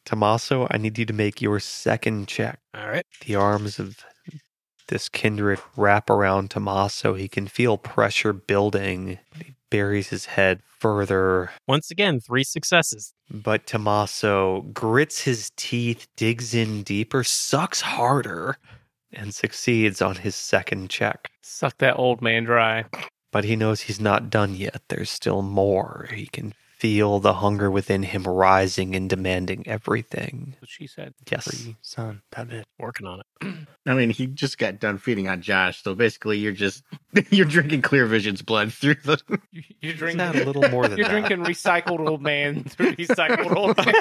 Speaker 5: Tommaso, I need you to make your second check.
Speaker 3: All right.
Speaker 5: the arms of this kindred wrap around Tommaso. He can feel pressure building. He buries his head further,
Speaker 3: Once again, three successes.
Speaker 5: but Tommaso grits his teeth, digs in deeper, sucks harder, and succeeds on his second check.
Speaker 4: Suck that old man dry.
Speaker 5: But he knows he's not done yet. There's still more. He can feel the hunger within him rising and demanding everything.
Speaker 4: What she said.
Speaker 5: Yes.
Speaker 1: son, that (laughs) bitch.
Speaker 3: Working on it.
Speaker 2: (laughs) I mean, he just got done feeding on Josh, so basically, you're just (laughs) you're drinking Clear Vision's blood through the. (laughs)
Speaker 4: You, you
Speaker 5: Isn't
Speaker 4: drink. (laughs)
Speaker 5: that a little more than
Speaker 4: You're
Speaker 5: that?
Speaker 4: drinking recycled old (laughs) man through recycled (laughs) old man.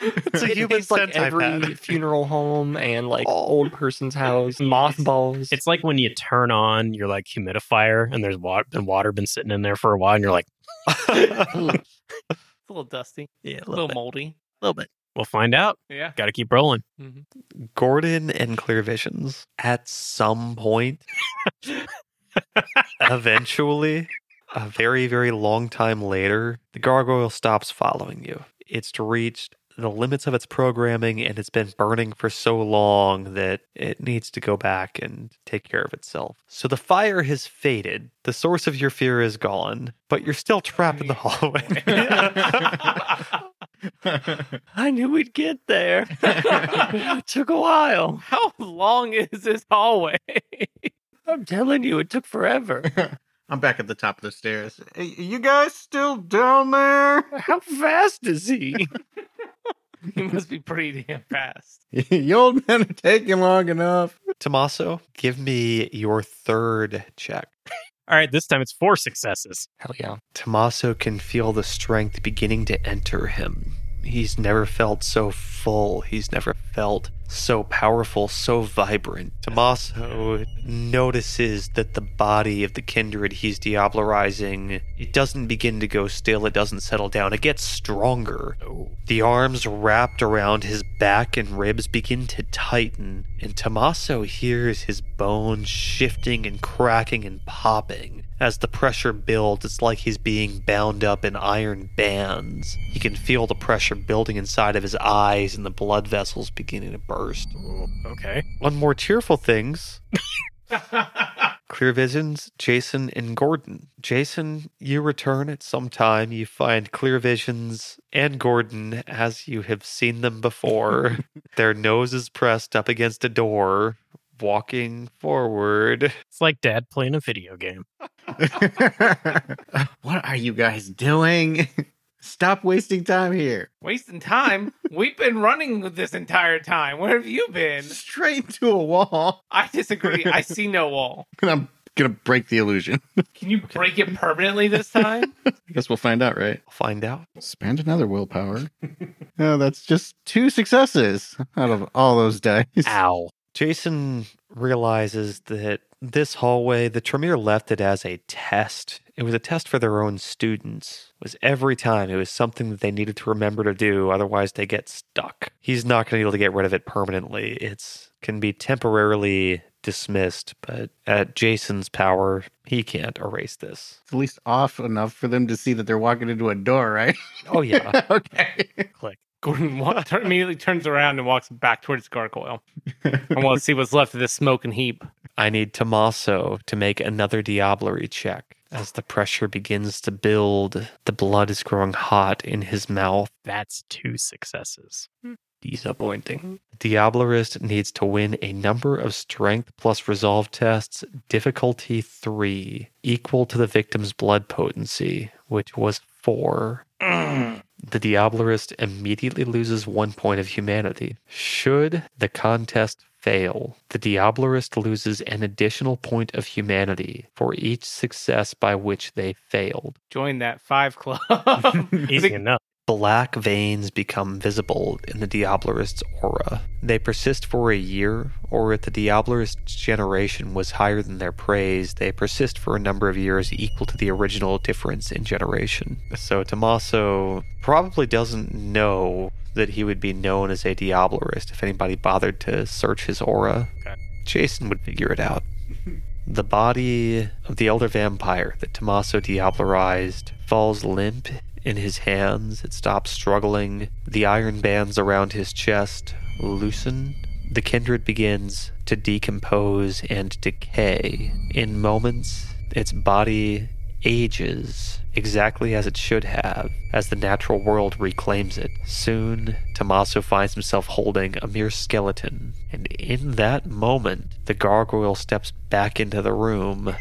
Speaker 5: It's a
Speaker 1: It
Speaker 4: (laughs)
Speaker 5: human
Speaker 1: tastes like
Speaker 5: sense I've
Speaker 1: every
Speaker 5: had.
Speaker 1: funeral home and like old person's (laughs) house, mothballs.
Speaker 3: It's like when you turn on your like humidifier and there's water and water been sitting in there for a while, and you're like,
Speaker 5: (laughs)
Speaker 4: It's a little dusty,
Speaker 3: yeah, a
Speaker 4: a little
Speaker 3: little,
Speaker 4: moldy. Mm-hmm.
Speaker 3: little bit. We'll find out.
Speaker 4: Yeah.
Speaker 3: Got to keep rolling.
Speaker 5: Gordon and Clear Visions at some point, eventually, a very, very long time later, the gargoyle stops following you. It's reached the limits of its programming and it's been burning for so long that it needs to go back and take care of itself. So the fire has faded. The source of your fear is gone, but you're still trapped in the hallway. (laughs)
Speaker 1: I knew we'd get there. took a while.
Speaker 4: How long is this hallway? (laughs)
Speaker 1: I'm telling you, it took (laughs) forever.
Speaker 2: I'm back at the top of the stairs. Hey, You guys still down (laughs) there?
Speaker 1: How fast is he?
Speaker 4: you must be pretty damn fast.
Speaker 2: you old men are taking long enough. (laughs)
Speaker 5: Tommaso, give me your third check.
Speaker 3: All right, this time it's four successes.
Speaker 1: Hell yeah.
Speaker 5: Tommaso can feel the strength beginning to enter him. He's never felt so full. He's never felt so powerful, so vibrant. Tommaso notices that the body of the kindred he's diablerizing, it doesn't begin to go still, it doesn't settle down, it gets stronger. The arms wrapped around his back and ribs begin to tighten, and Tommaso hears his bones shifting and cracking and popping. As the pressure builds, it's like he's being bound up in iron bands. He can feel the pressure building inside of his eyes and the blood vessels beginning to burst.
Speaker 3: Okay.
Speaker 5: On more cheerful things, Clear Vision's Jason and Gordon. Jason, you return at some time. You find Clear Vision's and Gordon as you have seen them before, their noses pressed up against a door, walking forward.
Speaker 3: It's like dad playing a video game.
Speaker 2: what are you guys doing? (laughs) Stop wasting time here.
Speaker 4: Wasting time. We've been running with this entire time. Where have you been?
Speaker 2: Straight to a wall. (laughs)
Speaker 4: I disagree. (laughs) I see no wall.
Speaker 2: And I'm gonna break the illusion. (laughs)
Speaker 4: Can you break it permanently this time?
Speaker 2: I guess we'll find out, right?
Speaker 5: I'll find out.
Speaker 2: Spend another (laughs) willpower. no, that's just two successes out of all those dice.
Speaker 3: Ow.
Speaker 5: Jason realizes that this hallway, the Tremere left it as a test. It was a test for their own students. It was every time it was something that they needed to remember to do, otherwise they get stuck. He's not going to be able to get rid of it permanently. It's can be temporarily dismissed, but at Jason's power, he can't erase this.
Speaker 2: It's at least off enough for them to see that they're walking into a door, right? (laughs)
Speaker 5: Oh yeah.
Speaker 2: okay.
Speaker 4: (laughs) Gordon wa- tur- immediately turns around and walks back towards Gargoyle. I want to see what's left of this smoking heap.
Speaker 5: I need Tommaso to make another Diablerie check. As the pressure begins to build, the blood is growing hot in his mouth.
Speaker 3: That's two (laughs) successes.
Speaker 1: Disappointing.
Speaker 5: Diablerist needs to win a number of strength plus resolve tests, difficulty three, equal to the victim's blood potency, which was four. The Diablerist immediately loses one point of humanity. Should the contest fail, the Diablerist loses an additional point of humanity for each success by which they failed.
Speaker 4: Join that five club. (laughs)
Speaker 3: Easy enough.
Speaker 5: Black veins become visible in the Diablerist's aura. They persist for a year, or if the Diablerist's generation was higher than their praise, they persist for a number of years equal to the original difference in generation. So Tommaso probably doesn't know that he would be known as a Diablerist if anybody bothered to search his aura.
Speaker 3: Okay.
Speaker 5: Jason would figure it out. The body of the elder vampire that Tommaso diablerized falls limp in his hands. It stops struggling. The iron bands around his chest loosen. The kindred begins to decompose and decay. In moments, its body ages exactly as it should have as the natural world reclaims it. Soon, Tommaso finds himself holding a mere skeleton, and in that moment, the gargoyle steps back into the room.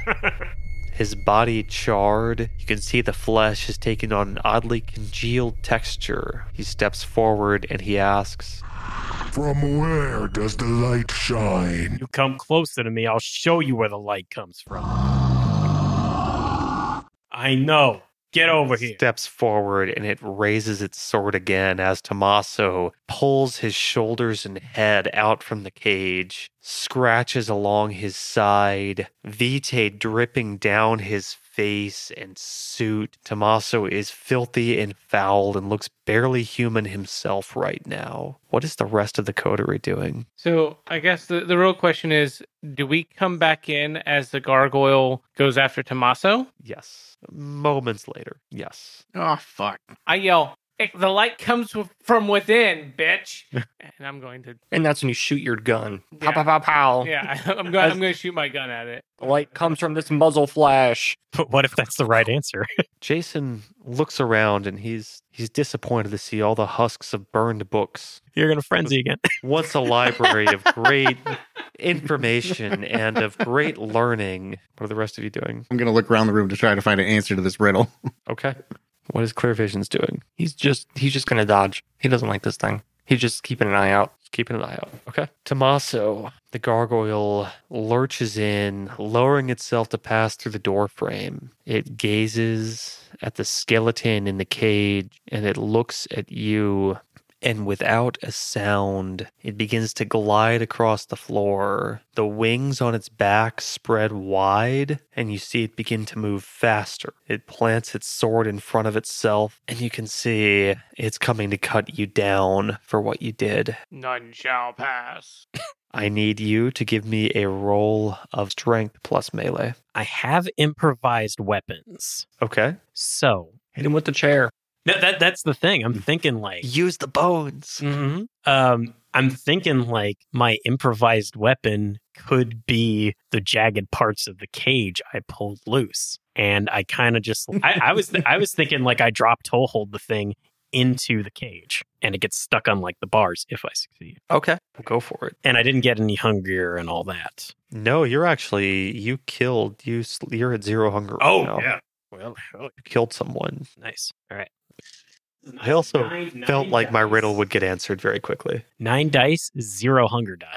Speaker 5: His body charred. You can see the flesh is taking on an oddly congealed texture. He steps forward and he asks,
Speaker 6: From where does the light shine?
Speaker 3: You come closer to me, I'll show you where the light comes from. I know. Get over here.
Speaker 5: steps forward and it raises its sword again as Tommaso pulls his shoulders and head out from the cage, scratches along his side, Vitae dripping down his face and suit. Tommaso is filthy and foul and looks barely human himself right now. What is the rest of the coterie doing?
Speaker 4: so I guess the, the real question is do we come back in as the gargoyle goes after Tommaso?
Speaker 5: Yes. Moments later. Yes.
Speaker 2: Oh fuck.
Speaker 4: I yell, "If the light comes w- from within,
Speaker 3: (laughs)
Speaker 4: bitch. and I'm going to,
Speaker 1: And that's when you shoot your gun. Pow,
Speaker 4: Yeah.
Speaker 1: pow, pow, pow.
Speaker 4: yeah, (laughs) I'm going, I'm going to shoot my gun at it.
Speaker 1: The light comes from this muzzle flash.
Speaker 3: (laughs) But what if that's the right answer?
Speaker 5: Jason looks around and he's he's disappointed to see all the husks of burned books
Speaker 3: You're going to frenzy again. (laughs)
Speaker 5: once a library of great information and of great learning. What are the rest of you doing?
Speaker 2: I'm gonna look around the room to try to find an answer to this riddle.
Speaker 5: Okay. What is Clear Vision's doing?
Speaker 1: He's just he's just gonna dodge. He doesn't like this thing. He's just keeping an eye out.
Speaker 5: Just keeping an eye out. Okay. Tommaso, the gargoyle, lurches in, lowering itself to pass through the door frame. It gazes at the skeleton in the cage and it looks at you. And without a sound, it begins to glide across the floor. The wings on its back spread wide, and you see it begin to move faster. It plants its sword in front of itself, and you can see it's coming to cut you down for what you did.
Speaker 4: None shall pass.
Speaker 5: I need you to give me a roll of strength plus melee.
Speaker 3: I have improvised weapons.
Speaker 5: Okay.
Speaker 3: So Mm.
Speaker 1: Hit him with the chair.
Speaker 3: that, that that's the thing. I'm thinking like
Speaker 5: Use the bones.
Speaker 3: Mhm. um I'm thinking like my improvised weapon could be the jagged parts of the cage I pulled loose. And I kind of just I, I was I was thinking like I drop toe hold the thing into the cage and it gets stuck on like the bars if I succeed.
Speaker 1: Okay, go for it.
Speaker 3: And I didn't get any hungrier and all that.
Speaker 5: No, you're actually you killed you. sl- You're at zero hunger. right
Speaker 3: Oh,
Speaker 5: now.
Speaker 3: Well, hell,
Speaker 5: you killed someone.
Speaker 3: nice. All right.
Speaker 5: I also
Speaker 3: Nine-
Speaker 5: Felt
Speaker 3: nine
Speaker 5: like my
Speaker 3: dice.
Speaker 5: riddle would get answered very quickly.
Speaker 3: nine dice, zero hunger die.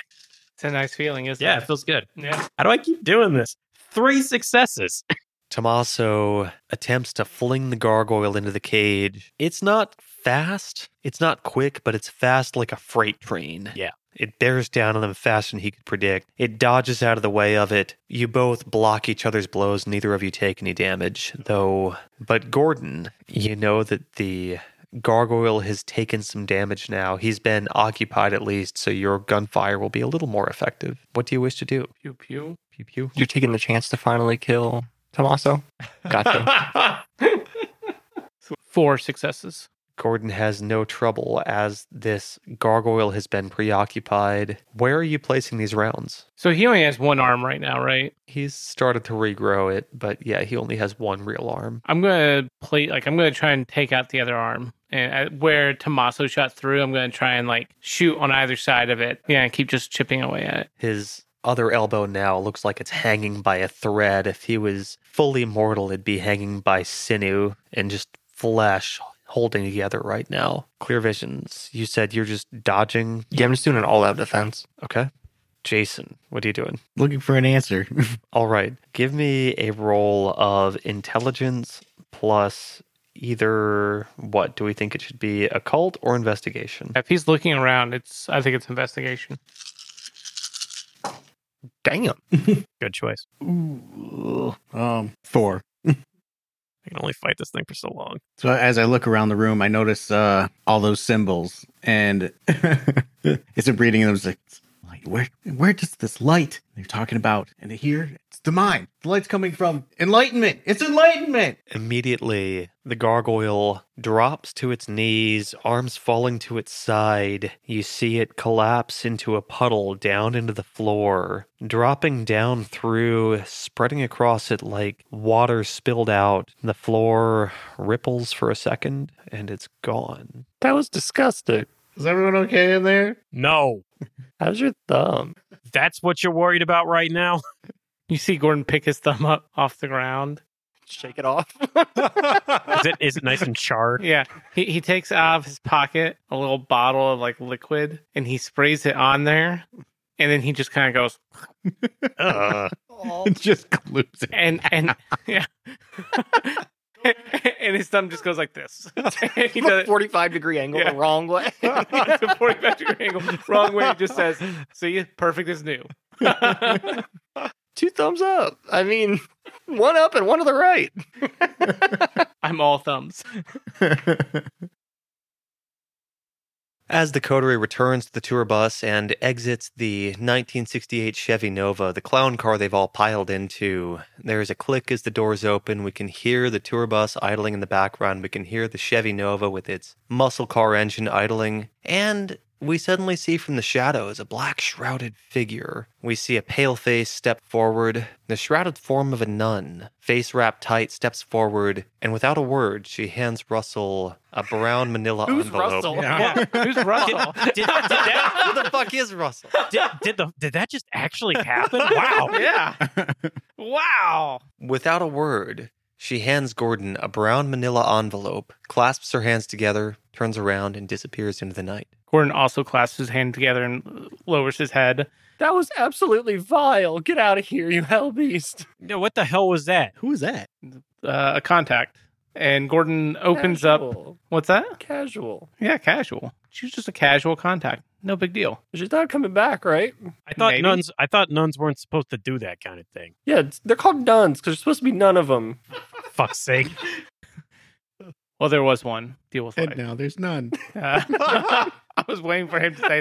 Speaker 4: It's a nice feeling, isn't
Speaker 3: Yeah, it
Speaker 4: it?
Speaker 3: feels good.
Speaker 4: Yeah.
Speaker 3: How do I keep doing this? Three successes.
Speaker 5: Tommaso attempts to fling the gargoyle into the cage. It's not fast, it's not quick, but it's fast like a freight train.
Speaker 3: Yeah.
Speaker 5: It bears down on them faster than he could predict. It dodges out of the way of it. You both block each other's blows. Neither of you take any damage, though. But Gordon, you know that the gargoyle has taken some damage now. He's been occupied at least, so your gunfire will be a little more effective. What do you wish to do?
Speaker 4: Pew pew. (laughs)
Speaker 5: Pew pew.
Speaker 1: You're taking the chance to finally kill Tommaso.
Speaker 4: (laughs)
Speaker 1: Gotcha.
Speaker 4: Four successes.
Speaker 5: Gordon has no trouble as this gargoyle has been preoccupied. Where are you placing these rounds?
Speaker 4: So he only has one arm right now, right?
Speaker 5: He's started to regrow it, but yeah, he only has one real arm.
Speaker 4: I'm gonna play like I'm gonna try and take out the other arm, and uh, where Tommaso shot through, I'm gonna try and like shoot on either side of it. Yeah, and keep just chipping away at it.
Speaker 5: His other elbow now looks like it's hanging by a thread. If he was fully mortal, it'd be hanging by sinew and just flesh holding together right now. Clear visions. You said you're just dodging.
Speaker 1: yeah, I'm just doing an all-out defense.
Speaker 5: Okay. Jason, what are you doing?
Speaker 2: Looking for an answer.
Speaker 5: All right. Give me a roll of intelligence plus either what? Do we think it should be occult or investigation?
Speaker 4: If he's looking around, it's I think it's investigation.
Speaker 1: Damn.
Speaker 3: Good choice.
Speaker 2: Ooh, (laughs) um, four.
Speaker 3: I can only fight this thing for so long.
Speaker 2: So as I look around the room, I notice uh, all those symbols, and (laughs) it's a breeding. And I was like, light. Where, where does this light they're talking about? And here, it's the mind. The light's coming from enlightenment. It's enlightenment.
Speaker 5: Immediately, the gargoyle drops to its knees, arms falling to its side. You see it collapse into a puddle down into the floor, dropping down through, spreading across it like water spilled out. The floor ripples for a second and it's gone.
Speaker 1: That was disgusting.
Speaker 2: Is everyone okay in there?
Speaker 3: No,
Speaker 1: How's your thumb?
Speaker 3: that's what you're worried about right now.
Speaker 4: You see Gordon pick his thumb up off the ground.
Speaker 1: Shake it
Speaker 4: (laughs)
Speaker 1: off.
Speaker 3: Is it is it nice and charred?
Speaker 4: Yeah, he he takes out of his pocket a little bottle of like liquid, and he sprays it on there, and then he just kind of goes
Speaker 5: Uh.
Speaker 2: It's just glues it.
Speaker 4: and and (laughs) yeah. and his thumb just goes like this. (laughs) And he does it-
Speaker 1: 45 degree angle
Speaker 4: Yeah.
Speaker 1: the wrong way.
Speaker 4: (laughs) it's a 45 degree angle. Wrong way. It just says, see, perfect is new.
Speaker 1: (laughs)
Speaker 4: (laughs)
Speaker 1: Two thumbs up. I mean, one up and one to the right.
Speaker 4: I'm all thumbs. (laughs)
Speaker 5: As the coterie returns to the tour bus and exits the 1968 Chevy Nova, the clown car they've all piled into, there's a click as the doors open. We can hear the tour bus idling in the background. We can hear the Chevy Nova with its muscle car engine idling. And we suddenly see from the shadows a black shrouded figure. We see a pale face step forward, the shrouded form of a nun, face wrapped tight, steps forward, and without a word, she hands Russell a brown manila
Speaker 1: Who's
Speaker 5: envelope.
Speaker 1: Russell?
Speaker 4: (laughs) Yeah. Who's Russell?
Speaker 3: Did, did that,
Speaker 5: Who the fuck is Russell?
Speaker 3: did, did the, did that just actually happen? Wow.
Speaker 4: yeah. Wow.
Speaker 5: Without a word, she hands Gordon a brown manila envelope, clasps her hands together, turns around, and disappears into the night.
Speaker 4: Gordon also clasps his hand together and lowers his head.
Speaker 1: That was absolutely vile. Get out of here, you hell beast.
Speaker 3: No, what the hell was that?
Speaker 2: Who is that?
Speaker 4: Uh, a contact. And Gordon opens up. What's that?
Speaker 1: Casual.
Speaker 4: Yeah, casual. She's just a casual contact. No big deal.
Speaker 1: She's not coming back, right?
Speaker 3: I thought
Speaker 4: Maybe.
Speaker 3: nuns. I thought nuns weren't supposed to do that kind of thing.
Speaker 1: Yeah, it's- they're called nuns because there's supposed to be none of (laughs)
Speaker 4: (laughs)
Speaker 1: them.
Speaker 3: Fuck's sake.
Speaker 4: Well, there was one. Deal with
Speaker 2: And
Speaker 4: it.
Speaker 2: now there's (laughs) none.
Speaker 4: (laughs) Uh, (laughs) I was waiting for him to say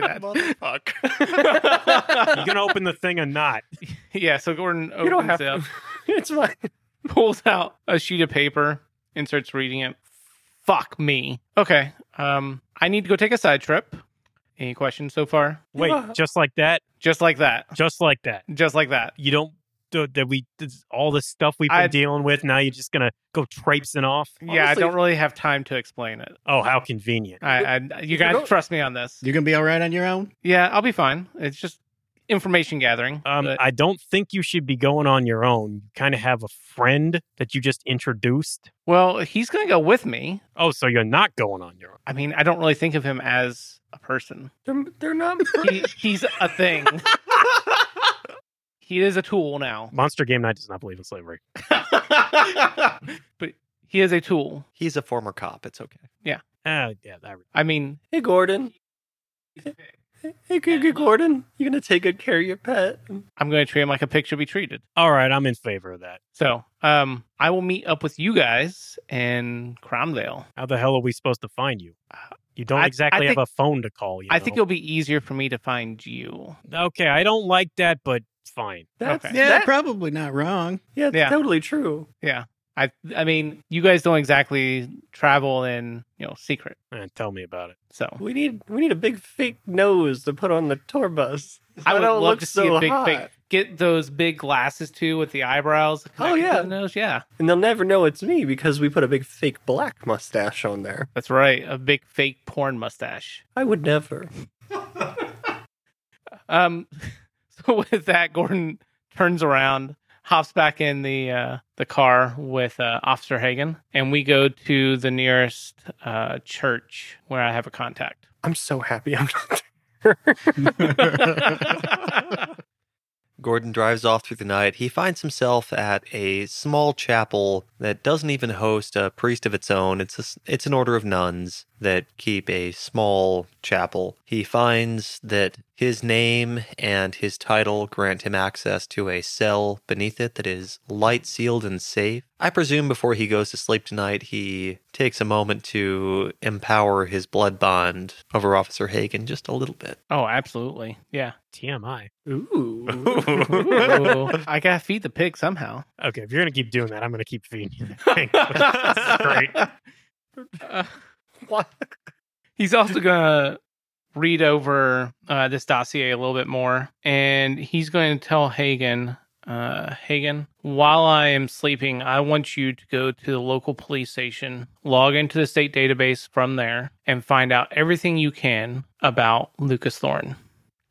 Speaker 3: You
Speaker 4: that.
Speaker 3: gonna open the thing or not?
Speaker 4: (laughs) yeah, so Gordon opens
Speaker 1: You don't have
Speaker 4: it up.
Speaker 1: to. it's fine.
Speaker 4: (laughs) pulls out a sheet of paper and starts reading it. Fuck me. Okay. Um, I need to go take a side trip. Any questions so far? (laughs)
Speaker 3: Wait, just like that?
Speaker 4: Just like that.
Speaker 3: Just like that.
Speaker 4: Just like that.
Speaker 3: You don't do- that we this- all the stuff we've been
Speaker 4: I-
Speaker 3: dealing with. Now you're just gonna go traipsing off.
Speaker 4: yeah, I
Speaker 1: Honestly-
Speaker 4: don't really have time to explain it.
Speaker 3: Oh, how convenient.
Speaker 4: I, I you
Speaker 1: don't-
Speaker 4: guys trust me on this.
Speaker 2: You gonna be all right on your own?
Speaker 4: Yeah, I'll be fine. It's just information gathering.
Speaker 3: Um,
Speaker 4: but-
Speaker 3: I don't think you should be going on your own. You kind of have a friend that you just introduced.
Speaker 4: well, he's gonna go with me.
Speaker 3: Oh, so you're not going on your own.
Speaker 4: I mean, I don't really think of him as a person.
Speaker 1: They're, they're not.
Speaker 4: (laughs) He, he's
Speaker 1: (laughs)
Speaker 4: a thing. he is a
Speaker 1: (laughs)
Speaker 4: tool now,
Speaker 3: Monster Game Night does not believe in slavery.
Speaker 4: but he is a tool.
Speaker 5: He's a former cop. It's okay.
Speaker 3: Ah, yeah, that,
Speaker 4: I mean,
Speaker 1: hey, Gordon. Hey, good, good Gordon. You're going to take good care of your pet.
Speaker 4: I'm going to treat him like a pig should be treated.
Speaker 3: all right, I'm in favor of that.
Speaker 4: So, um, I will meet up with you guys in Cromdale.
Speaker 3: How the hell are we supposed to find you? You don't
Speaker 4: I- I
Speaker 3: exactly have
Speaker 4: think-
Speaker 3: a phone to call. You
Speaker 4: I think
Speaker 3: know?
Speaker 4: it'll be easier for me to find you.
Speaker 3: Okay, I don't like that, but fine.
Speaker 1: That's,
Speaker 4: Okay.
Speaker 2: Yeah,
Speaker 1: that-
Speaker 2: probably not (laughs) wrong.
Speaker 1: yeah,
Speaker 4: Yeah.
Speaker 1: that's totally true.
Speaker 4: I I mean, you guys don't exactly travel in, you know, secret.
Speaker 3: Eh, tell me about it.
Speaker 4: So
Speaker 1: We need we need a big fake nose to put on the tour bus.
Speaker 4: I would
Speaker 1: That'll
Speaker 4: love
Speaker 1: look
Speaker 4: to see
Speaker 1: so
Speaker 4: a big
Speaker 1: hot.
Speaker 4: fake. Get those big glasses too with the eyebrows. connected to
Speaker 1: Oh, yeah.
Speaker 4: the nose. Yeah,
Speaker 1: And they'll never know it's me because we put a big fake black mustache on there.
Speaker 4: that's right. A big fake porn mustache.
Speaker 1: I would never.
Speaker 4: Um, (laughs) so with that, Gordon turns around, hops back in the uh, the car with uh, Officer Hagen, and we go to the nearest uh, church where I have
Speaker 1: (laughs)
Speaker 4: a contact.
Speaker 1: I'm so happy I'm not
Speaker 5: Gordon drives off through the night. He finds himself at a small chapel that doesn't even host a priest of its own. It's a s it's an order of nuns that keep a small chapel. He finds that his name and his title grant him access to a cell beneath it that is light sealed and safe. I presume before he goes to sleep tonight, he takes a moment to empower his blood bond over Officer Hagen just a little bit.
Speaker 4: Oh, absolutely. Yeah.
Speaker 3: TMI.
Speaker 4: (laughs)
Speaker 1: Ooh. (laughs)
Speaker 4: Ooh, I gotta feed the pig (laughs) somehow.
Speaker 3: Okay, if you're gonna keep doing that, I'm gonna keep feeding you. that
Speaker 4: (laughs)
Speaker 3: thing. That's great.
Speaker 4: Uh,
Speaker 1: What?
Speaker 4: he's also gonna read over uh, this dossier a little bit more, and he's going to tell Hagen, uh, Hagen, while I am sleeping, I want you to go to the local police station, log into the state database from there, and find out everything you can about Lucas Thorne,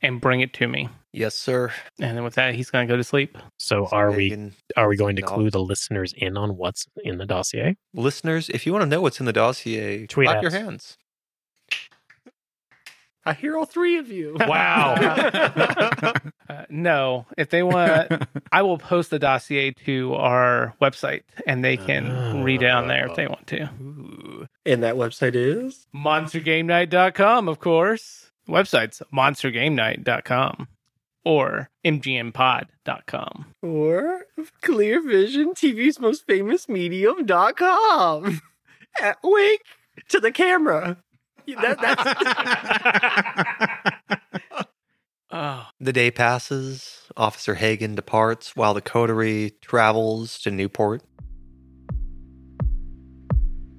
Speaker 4: and bring it to me.
Speaker 5: Yes, sir.
Speaker 4: And then with that, he's gonna go to sleep.
Speaker 3: So are we
Speaker 5: Hagen.
Speaker 3: are we going to
Speaker 5: No.
Speaker 3: clue the listeners in on what's in the dossier?
Speaker 5: Listeners, if you want to know what's in the dossier,
Speaker 3: Tweet
Speaker 5: clap
Speaker 3: at
Speaker 5: your
Speaker 3: us.
Speaker 5: hands.
Speaker 1: I hear all three of you. (laughs)
Speaker 4: Uh, no, if they want, I will post the dossier to our website, and they can read it on there if they want to.
Speaker 5: Ooh.
Speaker 1: And that website is?
Speaker 4: monstergamenight.com, of course. Websites monstergamenight.com or mgmpod.com.
Speaker 1: Or Clear Vision TV's most famous medium.com. (laughs) At wink to the camera. That, that's
Speaker 2: (laughs)
Speaker 4: Oh,
Speaker 5: The day passes. Officer Hagen departs while the coterie travels to Newport.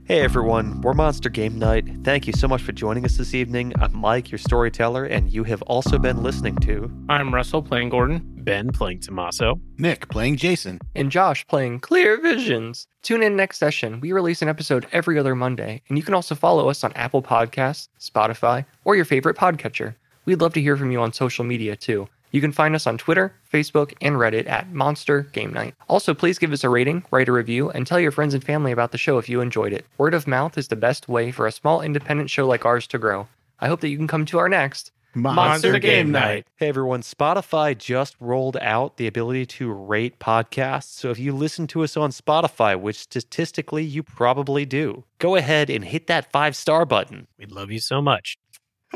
Speaker 5: Hey everyone, we're Monster Game Night. Thank you so much for joining us this evening. I'm Mike, your storyteller, and you have also been listening to
Speaker 4: I'm Russell playing Gordon.
Speaker 3: Ben playing Tommaso.
Speaker 2: Nick playing Jason.
Speaker 1: (laughs) and Josh playing Clear Visions. Tune in next session. We release an episode every other Monday, and you can also follow us on Apple Podcasts, Spotify, or your favorite (laughs) podcatcher. We'd love to hear from you on social media too. You can find us on Twitter, Facebook, and Reddit at Monster Game Night. Also, please give us a rating, write a review, and tell your friends and family about the show if you enjoyed it. Word of mouth is the best way for a small independent show like ours to grow. I hope that you can come to our next
Speaker 4: Monster Game Night.
Speaker 5: Hey everyone, Spotify just rolled out the ability to rate podcasts. So if you listen to us on Spotify, which statistically you probably do, go ahead and hit that five star button.
Speaker 3: We love you so much.
Speaker 1: (laughs)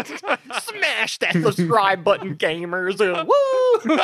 Speaker 1: Smash that subscribe button, gamers! Woo!